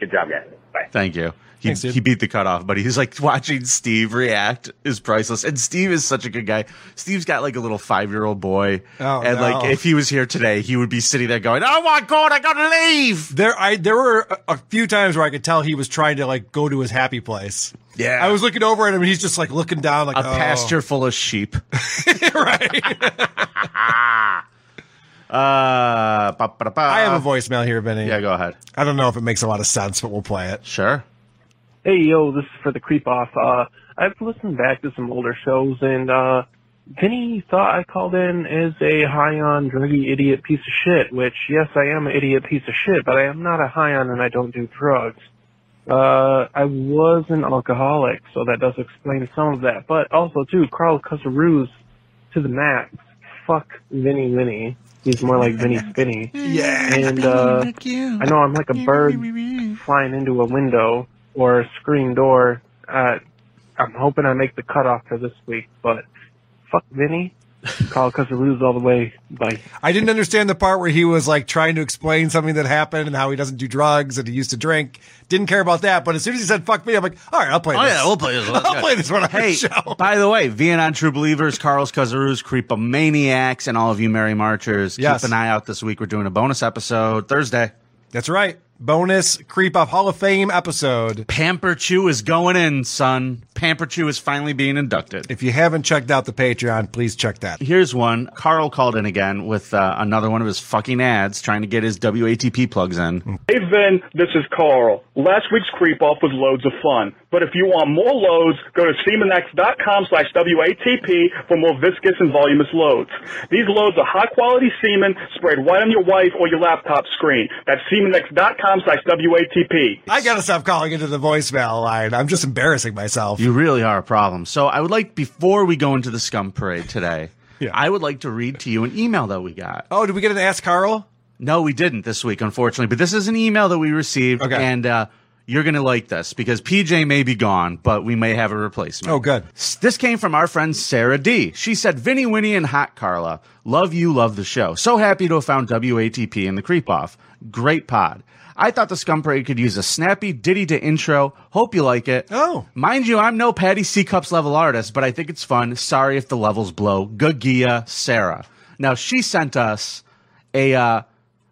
Q: good job, guys. Bye.
F: Thank you. He, he beat the cutoff, but he's like watching Steve react is priceless. And Steve is such a good guy. Steve's got like a little five year old boy.
G: Oh,
F: and like
G: no.
F: if he was here today, he would be sitting there going, Oh my God, I gotta leave.
G: There, I there were a, a few times where I could tell he was trying to like go to his happy place.
F: Yeah,
G: I was looking over at him, and he's just like looking down, like
F: a
G: oh.
F: pasture full of sheep. right. uh, I
G: have a voicemail here, Benny.
F: Yeah, go ahead.
G: I don't know if it makes a lot of sense, but we'll play it.
F: Sure.
R: Hey yo, this is for the creep off. Uh, I've listened back to some older shows, and uh, Vinny thought I called in as a high on druggy idiot piece of shit. Which yes, I am an idiot piece of shit, but I am not a high on, and I don't do drugs. Uh, I was an alcoholic, so that does explain some of that. But also too, Carl Cusaroos to the max. Fuck Vinny Vinny. He's more like Vinny Spinny.
G: Yeah.
R: And uh, I know I'm like a bird flying into a window or a screen door. Uh, I'm hoping I make the cutoff for this week, but fuck Vinny. Carl Cusaroos all the way. Bye.
G: I didn't understand the part where he was like trying to explain something that happened and how he doesn't do drugs and he used to drink. Didn't care about that. But as soon as he said "fuck me," I'm like, "All right, I'll play
F: Oh,
G: this.
F: yeah, we'll play this one.
G: I'll play this one on
F: hey,
G: the show."
F: By the way, Vianon True Believers, Carlos Cazaroos, Creepomaniacs, and all of you Merry Marchers,
G: Yes.
F: keep an eye out this week. We're doing a bonus episode Thursday.
G: That's right. Bonus Creep Off Hall of Fame episode.
F: Pamper Chew is going in, son. Pamper Chew is finally being inducted.
G: If you haven't checked out the Patreon, please check that.
F: Here's one. Carl called in again with uh, another one of his fucking ads trying to get his WATP plugs in.
S: Hey, Vin, this is Carl. Last week's creep off was loads of fun. But if you want more loads, go to semenx.com slash WATP for more viscous and voluminous loads. These loads are high quality semen sprayed right on your wife or your laptop screen. That's semenx.com slash WATP.
G: I gotta stop calling into the voicemail line. I'm just embarrassing myself.
F: You really are a problem. So I would like, before we go into the scum parade today, I would like to read to you an email that we got.
G: Oh, did we get an Ask Carl?
F: No, we didn't this week, unfortunately. But this is an email that we received, and uh, you're going to like this because PJ may be gone, but we may have a replacement.
G: Oh, good.
F: S- This came from our friend Sarah D. She said, Vinny, Winnie, and Hot Carla, love you, love the show. So happy to have found WATP and the Creep Off. Great pod. I thought the Scum Parade could use a snappy ditty to intro. Hope you like it. Oh. Mind you, I'm no Patty C. Cups level artist, but I think it's fun. Sorry if the levels blow. Gagia Sarah. Now, she sent us a uh,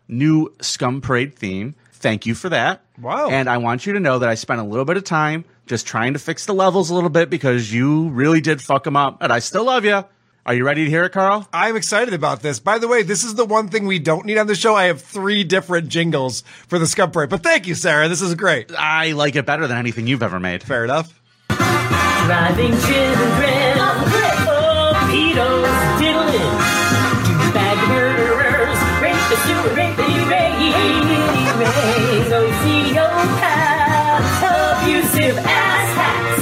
F: new Scum Parade theme. Thank you for that. Wow. And I want you to know that I spent a little bit of time just trying to fix the levels a little bit because you really did fuck them up, and I still love you. Are you ready to hear it, Carl?
G: I'm excited about this. By the way, this is the one thing we don't need on the show. I have three different jingles for the Scum Parade. But thank you, Sarah. This is great.
F: I like it better than anything you've ever made.
G: Fair enough.
D: Driving children, oh, pedos, diddling, bag murderers, rapists, who rape, rape, sociopaths, abusive asshats.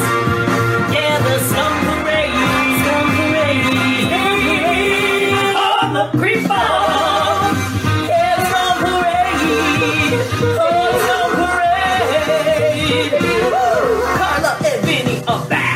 D: Yeah, the scum parade, scum parade, hey, on the creep off. Yeah, scum parade, oh, scum parade. Woo! Carla and Vinny are back.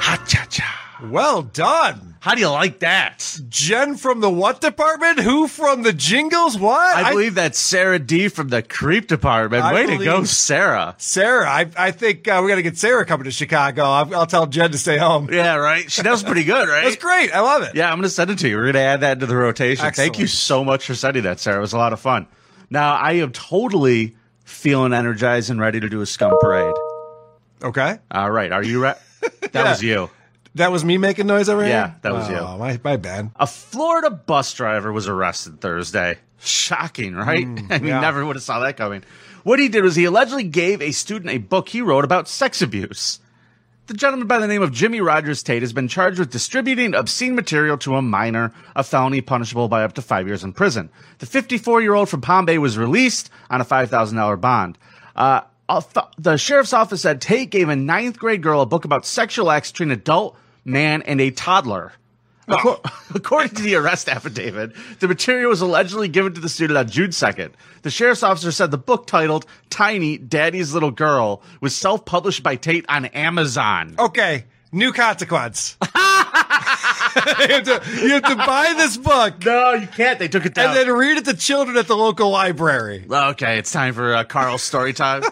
F: Ha cha cha.
G: Well done.
F: How do you like that?
G: Jen from the what department? Who from the jingles? What?
F: I believe that's Sarah D from the Creep Department.
G: I
F: Way to
G: believe-
F: go, Sarah.
G: Sarah, I, I think uh, we got to get Sarah coming to Chicago. I'll, I'll tell Jen to stay home.
F: Yeah, right. She does pretty good, right?
G: That's great. I love it.
F: Yeah, I'm going to send it to you. We're going to add that into the rotation.
G: Excellent.
F: Thank you so much for sending that, Sarah. It was a lot of fun. Now, I am totally feeling energized and ready to do a scum parade.
G: Okay.
F: All right. Are you ready? That was you.
G: That was me making noise over
F: Yeah,
G: here?
F: that was you.
G: Oh, My, my bad.
F: A Florida bus driver was arrested Thursday. Shocking, right?
G: Mm,
F: I mean,
G: yeah.
F: never would have saw that coming. What he did was he allegedly gave a student a book he wrote about sex abuse. The gentleman by the name of Jimmy Rogers Tate has been charged with distributing obscene material to a minor, a felony punishable by up to five years in prison. The 54 year old from Palm Bay was released on a $5,000 bond. Uh, off- the sheriff's office said Tate gave a ninth grade girl a book about sexual acts between an adult man and a toddler. Acor- According to the arrest affidavit, the material was allegedly given to the student on June 2nd. The sheriff's officer said the book titled Tiny Daddy's Little Girl was self published by Tate on Amazon.
G: Okay, new consequence. you, have to, you have to buy this book.
F: No, you can't. They took it down.
G: And then read it to children at the local library.
F: Okay, it's time for uh, Carl's story time.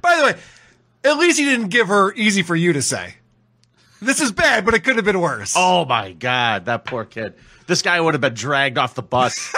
G: By the way, at least he didn't give her easy for you to say. This is bad, but it could have been worse.
F: Oh my God, that poor kid. This guy would have been dragged off the bus.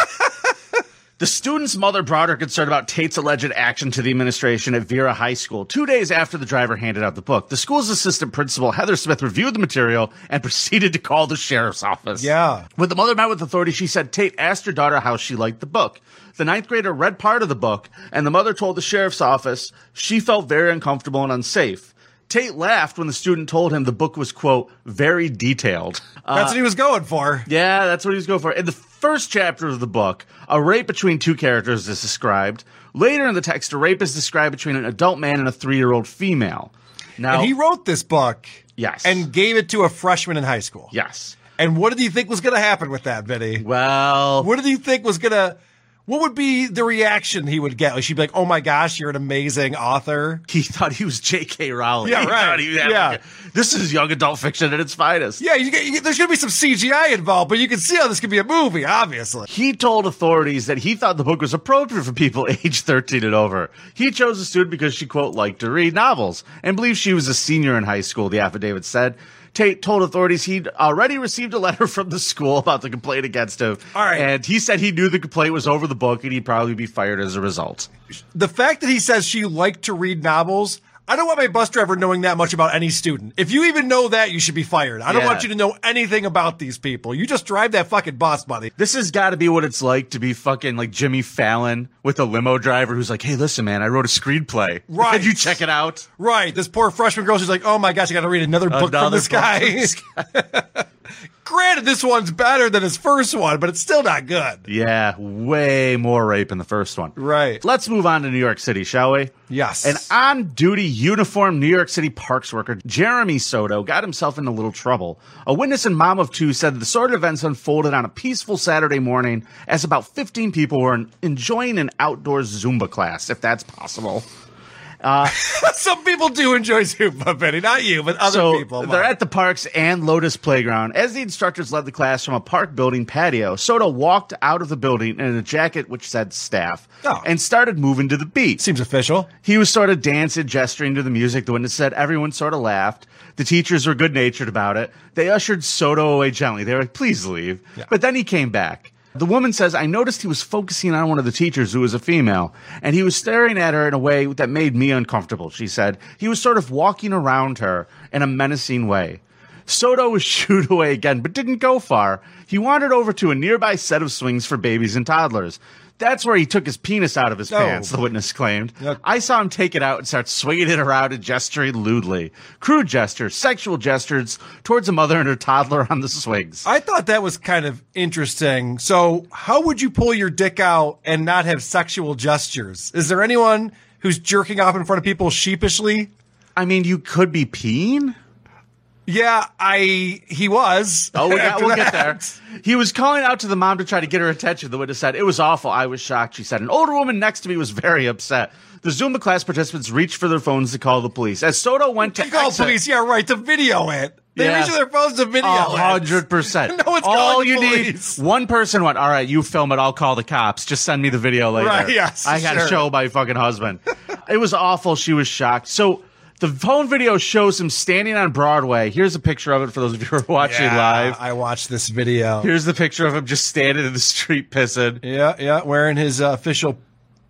F: the student's mother brought her concern about Tate's alleged action to the administration at Vera High School two days after the driver handed out the book. The school's assistant principal, Heather Smith, reviewed the material and proceeded to call the sheriff's office.
G: Yeah.
F: When the mother met with authorities, she said Tate asked her daughter how she liked the book. The ninth grader read part of the book, and the mother told the sheriff's office she felt very uncomfortable and unsafe. Tate laughed when the student told him the book was, quote, very detailed. Uh,
G: That's what he was going for.
F: yeah, that's what he was going for. In the first chapter of the book, a rape between two characters is described. Later in the text, a rape is described between an adult man and a three year old female. Now,
G: And he wrote this book
F: yes.
G: and gave it to a freshman in high school.
F: yes.
G: And what did he think was going to happen with that, Vinny?
F: Well,
G: What did he think was going to. What would be the reaction he would get? Like she'd be like, "Oh my gosh, you're an amazing author."
F: he thought he was J.K. Rowling.
G: Yeah,
F: He
G: right.
F: thought he-
G: Yeah.
F: This is young adult fiction at its finest.
G: Yeah, you get, you get, there's going to be some CGI involved, but you can see how this could be a movie, obviously.
F: He told authorities that he thought the book was appropriate for people aged 13 and over. He chose the student because she, quote, liked to read novels and believed she was a senior in high school, the affidavit said. Tate told authorities he'd already received a letter from the school about the complaint against him.
G: All right.
F: And he said he knew the complaint was over the book and he'd probably be fired as a result.
G: The fact that he says she liked to read novels, I don't want my bus driver knowing that much about any student. If you even know that, you should be fired. I don't
F: Yeah.
G: want you to know anything about these people. You just drive that fucking bus, buddy.
F: This has got to be what it's like to be fucking like Jimmy Fallon with a limo driver who's like, hey, listen, man, I wrote a screenplay.
G: Right.
F: Could you check it out?
G: Right. This poor freshman girl, she's like, oh my gosh, I got to read another book
F: Another
G: from this
F: book
G: guy.
F: from this
G: Granted, this one's better than his first one, but it's still not good.
F: Yeah, way more rape in the first one.
G: Right.
F: Let's move on to New York City, shall we?
G: Yes.
F: An on duty uniformed New York City parks worker, Jeremy Soto, got himself in a little trouble. A witness and mom of two said the sort of events unfolded on a peaceful Saturday morning as about 15 people were en- enjoying an outdoor Zumba class, if that's possible.
G: Some people do enjoy Zumba, Benny. Not you, but other
F: so
G: people.
F: they're at the parks and Lotus Playground. As the instructors led the class from a park building patio, Soto walked out of the building in a jacket which said staff
G: Oh.
F: and started moving to the beat.
G: Seems official.
F: he was sort of dancing, gesturing to the music. The witness said everyone sort of laughed. The teachers were good natured about it. They ushered Soto away gently. They were like, please leave. But then he came back. The woman says, I noticed he was focusing on one of the teachers who was a female, and he was staring at her in a way that made me uncomfortable, she said. He was sort of walking around her in a menacing way. Soto was shooed away again, but didn't go far. He wandered over to a nearby set of swings for babies and toddlers. That's where he took his penis out of his
G: No.
F: pants, the witness claimed.
G: Yep.
F: I saw him take it out and start swinging it around and gesturing lewdly. Crude gestures, sexual gestures towards a mother and her toddler on the swings.
G: I thought that was kind of interesting. So, how would you pull your dick out and not have sexual gestures? Is there anyone who's jerking off in front of people sheepishly?
F: I mean, you could be peeing.
G: Yeah, I he was.
F: Oh, we got,
G: After
F: we'll get there.
G: that.
F: He was calling out to the mom to try to get her attention. The witness said, It was awful. I was shocked. She said, An older woman next to me was very upset. The Zumba class participants reached for their phones to call the police. As Soto went to
G: You call
F: exit-
G: police, yeah, right, to video it. They
F: Yeah.
G: reach their phones to video
F: A
G: it.
F: hundred percent.
G: No one's
F: All
G: calling the
F: you
G: police.
F: need. One person went. All right, you film it. I'll call the cops. Just send me the video later.
G: Right, yes,
F: I gotta
G: sure.
F: show my fucking husband. it was awful. She was shocked. So. The phone video shows him standing on Broadway. Here's a picture of it for those of you who are watching
G: Yeah,
F: live.
G: I watched this video.
F: Here's the picture of him just standing in the street pissing.
G: Yeah, yeah, wearing his uh, official.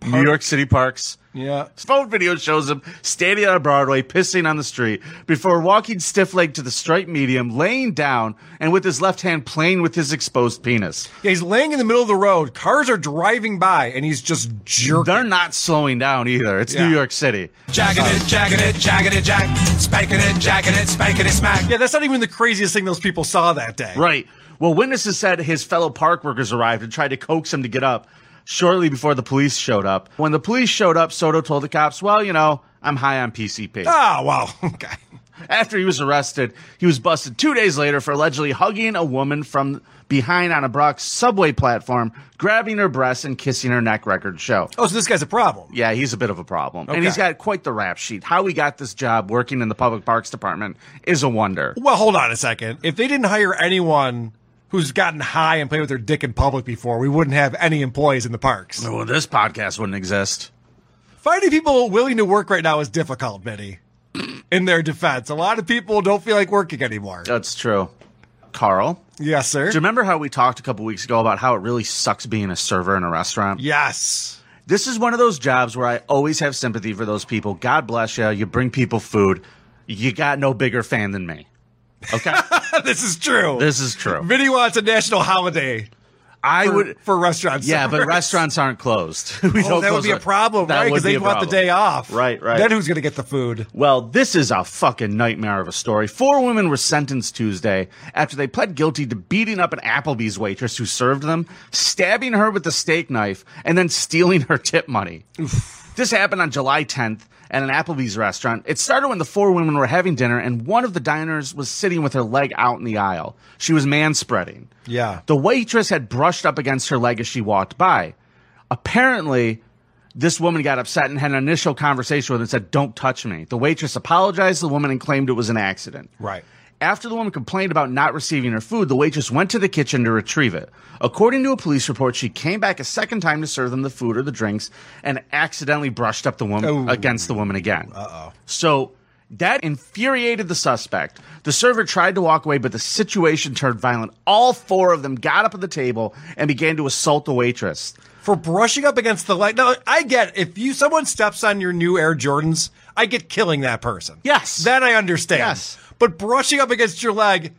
F: New York City parks.
G: Yeah,
F: His phone video shows him standing on Broadway, pissing on the street, before walking stiff legged to the striped medium, laying down, and with his left hand playing with his exposed penis.
G: Yeah, he's laying in the middle of the road. Cars are driving by, and he's just jerking.
F: They're not slowing down either. It's
G: Yeah.
F: New York City.
G: Jacking it, jacking it, jacking it, jack. Spanking it, jacking it, spanking it, smack. Yeah, that's not even the craziest thing those people saw that day.
F: Right. Well, witnesses said his fellow park workers arrived and tried to coax him to get up shortly before the police showed up.
G: Ah.
F: When the police showed up, Soto told the cops, Well, you know, I'm high on PCP.
G: Oh, wow. Okay.
F: After he was arrested, he was busted two days later for allegedly hugging a woman from behind on a Bronx subway platform, grabbing her breasts and kissing her neck record show.
G: Oh, so this guy's a problem.
F: Yeah, he's a bit of a problem.
G: Okay.
F: And he's got quite the rap sheet. How he got this job working in the public parks department is a wonder.
G: Well, hold on a second. If they didn't hire anyone who's gotten high and played with their dick in public before, we wouldn't have any employees in the parks.
F: Well, this podcast wouldn't exist.
G: Finding people willing to work right now is difficult, Benny. In their defense, a lot of people don't feel like working anymore.
F: That's true. Carl?
G: Yes, sir.
F: Do you remember how we talked a couple weeks ago about how it really sucks being a server in a restaurant?
G: Yes.
F: This is one of those jobs where I always have sympathy for those people. God bless you. You bring people food. You got no bigger fan than me. Okay?
G: this is true.
F: This is true.
G: Vinny wants a national holiday.
F: I
G: for-
F: would-
G: for restaurants.
F: Yeah, but
G: servers.
F: restaurants aren't closed.
G: Oh, that would be a problem, right? Because they want the day off.
F: Right, right.
G: Then who's going to get the food?
F: Well, this is a fucking nightmare of a story. Four women were sentenced Tuesday after they pled guilty to beating up an Applebee's waitress who served them, stabbing her with a steak knife, and then stealing her tip money. This happened on July 10th at an Applebee's restaurant. It started when the four women were having dinner, and one of the diners was sitting with her leg out in the aisle. She was manspreading.
G: Yeah.
F: The waitress had brushed up against her leg as she walked by. Apparently, this woman got upset and had an initial conversation with her and said, Don't touch me. The waitress apologized to the woman and claimed it was an accident.
G: Right.
F: After the woman complained about not receiving her food, the waitress went to the kitchen to retrieve it. According to a police report, she came back a second time to serve them the food or the drinks and accidentally brushed up the woman
G: Oh.
F: against the woman again. Uh-oh. So that infuriated the suspect. The server tried to walk away, but the situation turned violent. All four of them got up at the table and began to assault the waitress.
G: For brushing up against the light. Now, I get if you someone steps on your new Air Jordans, I get killing that person.
F: Yes.
G: That I understand. Yes. But brushing up against your leg,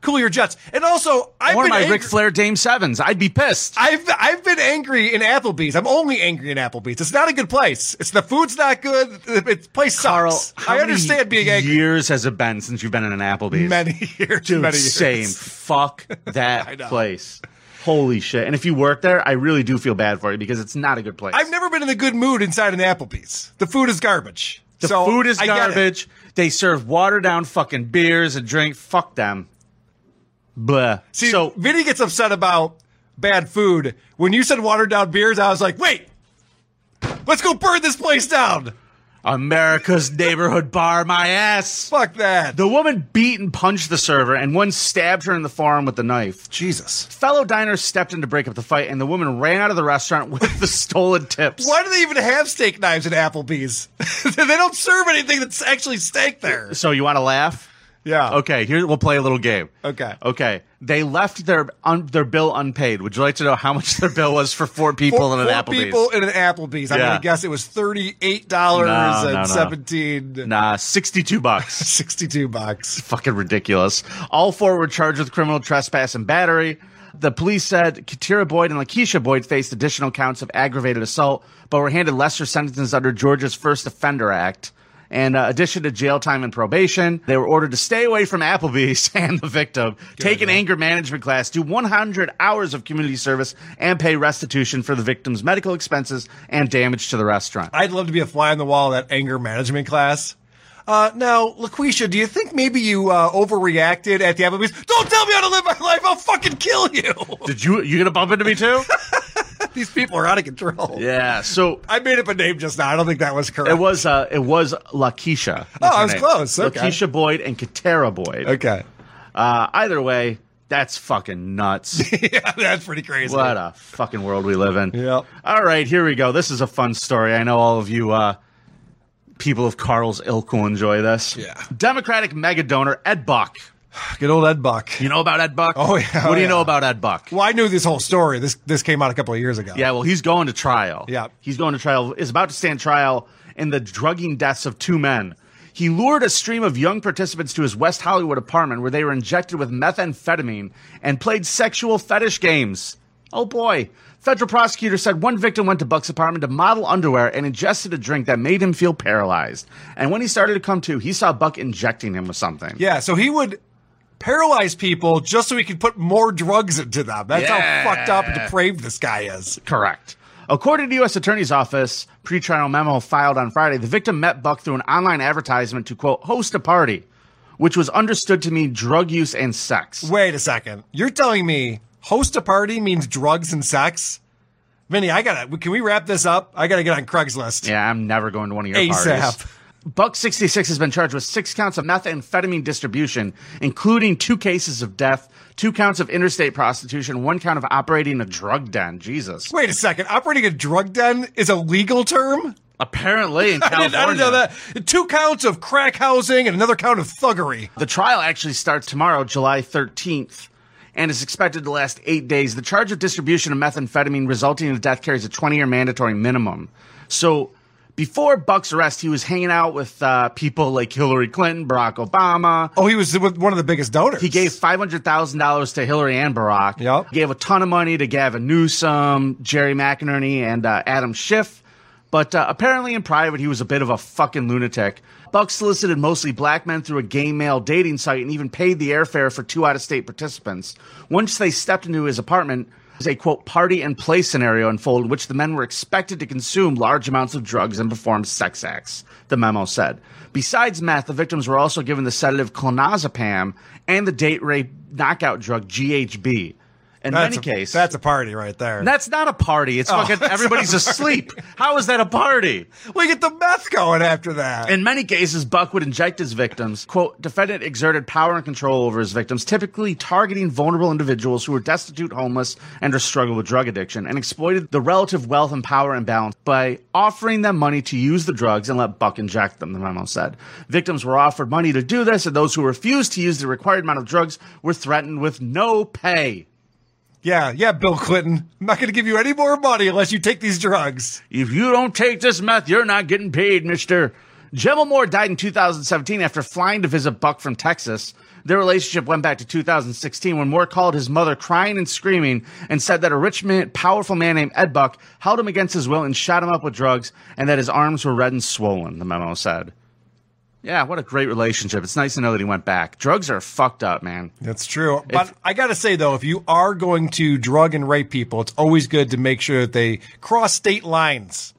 G: cool your jets. And also, I've
F: or
G: been
F: my
G: angry-
F: Ric Flair Dame Sevens. I'd be pissed.
G: I've I've been angry in Applebee's. I'm only angry in Applebee's. It's not a good place. It's the food's not good. The the place sucks. I understand being angry.
F: Years has it been since you've been in an Applebee's?
G: Many years.
F: Dude,
G: many years.
F: same. Fuck
G: I
F: that
G: know.
F: place. Holy shit! And if you work there, I really do feel bad for you because it's not a good place.
G: I've never been in a good mood inside an Applebee's. The food is garbage.
F: the
G: so
F: food is
G: I get it.
F: garbage. They serve watered down fucking beers and drink. Fuck them. Blah.
G: See, so Vinny gets upset about bad food. When you said watered down beers, I was like, wait, let's go burn this place down.
F: America's neighborhood bar, my ass.
G: Fuck that.
F: The woman beat and punched the server, and one stabbed her in the forearm with the knife.
G: Jesus.
F: Fellow diners stepped in to break up the fight, and the woman ran out of the restaurant with the stolen tips.
G: Why do they even have steak knives at Applebee's? they don't serve anything that's actually steak there.
F: So you want to laugh?
G: Yeah.
F: Okay. Here we'll play a little game.
G: Okay.
F: Okay. They left their un- their bill unpaid. Would you like to know how much their bill was for four people
G: Four-
F: in an
G: four
F: Applebee's?
G: people in an Applebee's. I'm
F: Yeah.
G: gonna guess it was thirty-eight dollars
F: No,
G: and
F: no, no.
G: seventeen.
F: Nah, 62 bucks.
G: 62 bucks.
F: Fucking ridiculous. All four were charged with criminal trespass and battery. The police said Katira Boyd and Lakeisha Boyd faced additional counts of aggravated assault, but were handed lesser sentences under Georgia's First Offender Act. And uh, addition to jail time and probation, they were ordered to stay away from Applebee's and the victim, take an anger management class, do 100 hours of community service, and pay restitution for the victim's medical expenses and damage to the restaurant.
G: I'd love to be a fly on the wall at that anger management class. Uh, now, LaQuisha, do you think maybe you uh, overreacted at the Applebee's? Don't tell me how to live my life. I'll fucking kill you.
F: Did you you gonna bump into me too?
G: These people are out of control.
F: Yeah. So
G: I made up a name just now. I don't think that was correct.
F: It was uh, it was Lakeisha. That's
G: Oh, I
F: her
G: was
F: name.
G: close. Okay.
F: Lakeisha Boyd and Katara Boyd.
G: Okay.
F: Uh, either way, that's fucking nuts.
G: yeah, that's pretty crazy.
F: what a fucking world we live in.
G: Yep.
F: All right, here we go. This is a fun story. I know all of you uh, people of Carl's ilk will enjoy this. Yeah. Democratic mega donor Ed Buck.
G: Good old Ed Buck.
F: You know about Ed Buck?
G: Oh, yeah.
F: What
G: Oh,
F: do you
G: yeah.
F: know about Ed Buck?
G: Well, I knew this whole story. This this came out a couple of years ago.
F: Yeah, well, he's going to trial.
G: Yeah.
F: He's going to trial, is about to stand trial in the drugging deaths of two men. He lured a stream of young participants to his West Hollywood apartment where they were injected with methamphetamine and played sexual fetish games. Oh boy. Federal prosecutor said one victim went to Buck's apartment to model underwear and ingested a drink that made him feel paralyzed. And when he started to come to, he saw Buck injecting him with something.
G: Yeah, so he would paralyze people just so he could put more drugs into them. That's
F: Yeah.
G: how fucked up and depraved this guy is.
F: Correct. According to U.S. Attorney's Office pretrial memo filed on Friday, the victim met Buck through an online advertisement to quote host a party, which was understood to mean drug use and sex.
G: Wait a second. You're telling me host a party means drugs and sex? Vinny, I gotta. Can we wrap this up? I gotta get on Craigslist.
F: Yeah, I'm never going to one of your
G: ASAP.
F: parties. Buck 66 has been charged with six counts of methamphetamine distribution, including two cases of death, two counts of interstate prostitution, one count of operating a drug den. Jesus.
G: Wait a second. Operating a drug den is a legal term?
F: Apparently in
G: I didn't, I didn't know
F: California.
G: that. Two counts of crack housing and another count of thuggery.
F: The trial actually starts tomorrow, July 13th, and is expected to last eight days. The charge of distribution of methamphetamine resulting in death carries a 20 year mandatory minimum. So before Buck's arrest, he was hanging out with uh, people like Hillary Clinton, Barack Obama.
G: Oh, he was with one of the biggest donors.
F: He gave $500,000 to Hillary and Barack. Yep. Gave a ton of money to Gavin Newsom, Jerry McInerney, and uh, Adam Schiff. But uh, apparently, in private, he was a bit of a fucking lunatic. Buck solicited mostly black men through a gay male dating site and even paid the airfare for two out of state participants. Once they stepped into his apartment, a quote party and play scenario unfolded, in which the men were expected to consume large amounts of drugs and perform sex acts. The memo said. Besides meth, the victims were also given the sedative clonazepam and the date rape knockout drug GHB. In
G: that's
F: many
G: a,
F: cases,
G: That's a party right there.
F: that's not a party. It's
G: Oh,
F: fucking
G: that's
F: everybody's
G: not a party.
F: asleep. How is that a party?
G: We get the meth going after that.
F: In many cases, Buck would inject his victims. Quote, defendant exerted power and control over his victims, typically targeting vulnerable individuals who were destitute, homeless, and or struggled with drug addiction, and exploited the relative wealth and power imbalance by offering them money to use the drugs and let Buck inject them, the memo said. Victims were offered money to do this, and those who refused to use the required amount of drugs were threatened with no pay.
G: yeah, yeah, Bill Clinton. I'm not going to give you any more money unless you take these drugs.
F: If you don't take this meth, you're not getting paid, mister. Gemma Moore died in 2017 after flying to visit Buck from Texas. Their relationship went back to 2016 when Moore called his mother crying and screaming and said that a rich, man, powerful man named Ed Buck held him against his will and shot him up with drugs and that his arms were red and swollen, the memo said. Yeah, what a great relationship. It's nice to know that he went back. Drugs are fucked up, man.
G: That's true. But I got to say, though, if you are going to drug and rape people, it's always good to make sure that they cross state lines.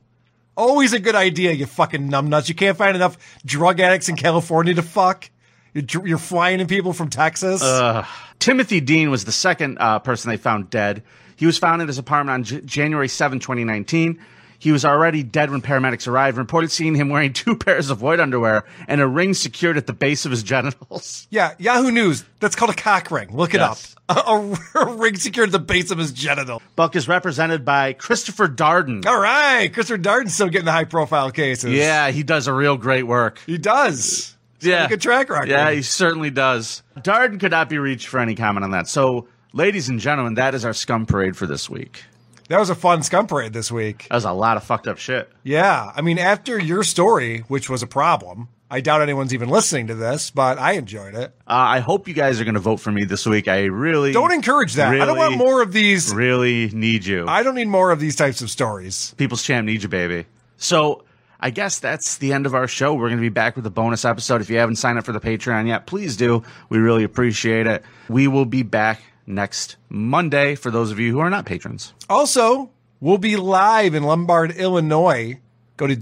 G: Always a good idea, you fucking numbnuts. You can't find enough drug addicts in California to fuck. You're, dr- you're flying in people from Texas.
F: Ugh. Timothy Dean was the second uh, person they found dead. He was found in his apartment on J- January 7, 2019. He was already dead when paramedics arrived, reported seeing him wearing two pairs of white underwear and a ring secured at the base of his genitals.
G: yeah, Yahoo News. That's called a cock ring. Look it
F: Yes.
G: up. A, a ring secured at the base of his genital.
F: Buck is represented by Christopher Darden.
G: All right. Christopher Darden's still getting the high profile cases.
F: Yeah, he does a real great work.
G: He does. He's got
F: Yeah.
G: A good track record.
F: Yeah, he certainly does. Darden could not be reached for any comment on that. So, ladies and gentlemen, that is our scum parade for this week.
G: That was a fun scum parade this week.
F: That was a lot of fucked up shit.
G: Yeah. I mean, after your story, which was a problem, I doubt anyone's even listening to this, but I enjoyed it.
F: Uh, I hope you guys are going to vote for me this week. I really
G: Don't encourage that. I don't want
F: really-
G: more of these.
F: Really need you.
G: I don't need more of these types of stories.
F: People's champ needs you, baby. So I guess that's the end of our show. We're going to be back with a bonus episode. If you haven't signed up for the Patreon yet, please do. We really appreciate it. We will be back next Monday for those of you who are not patrons.
G: Also, we'll be live in Lombard, Illinois. Go to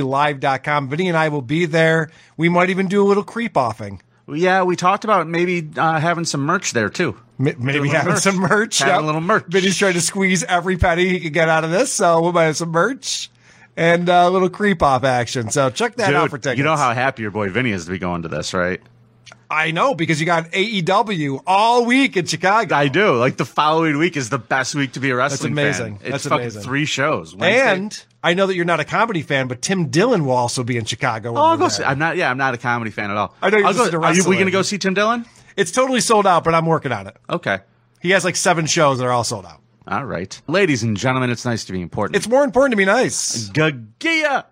G: WATPlive.com. Vinny and I will be there. We might even do a little creep offing.
F: Yeah, we talked about maybe uh, having some merch there too.
G: M- Maybe
F: Doing a little
G: having
F: merch.
G: some merch.
F: Having
G: yep.
F: a little merch.
G: Vinny's trying to squeeze every penny he can get out of this, so we might have some merch and uh, a little creep off action. So check that out for
F: Dude,
G: tickets.
F: you know how happy your boy Vinny is to be going to this, right?
G: I know because you got AEW all week in Chicago.
F: I do. Like the following week is the best week to be a wrestling
G: amazing.
F: fan. It's
G: That's
F: fucking
G: amazing.
F: three shows. Wednesday,
G: and I know that you're not a comedy fan, but Tim Dillon will also be in Chicago. when
F: Oh, I'll
G: we're
F: go
G: there.
F: see. I'm not. Yeah, I'm not a comedy fan at all.
G: I know you're
F: I'll go,
G: just into
F: Are you, we
G: wrestling.
F: going to go see Tim Dillon?
G: It's totally sold out, but I'm working on it.
F: Okay.
G: He has like seven shows that are all sold out.
F: All right, ladies and gentlemen, it's nice to be important.
G: It's more important to be nice.
F: Gagia.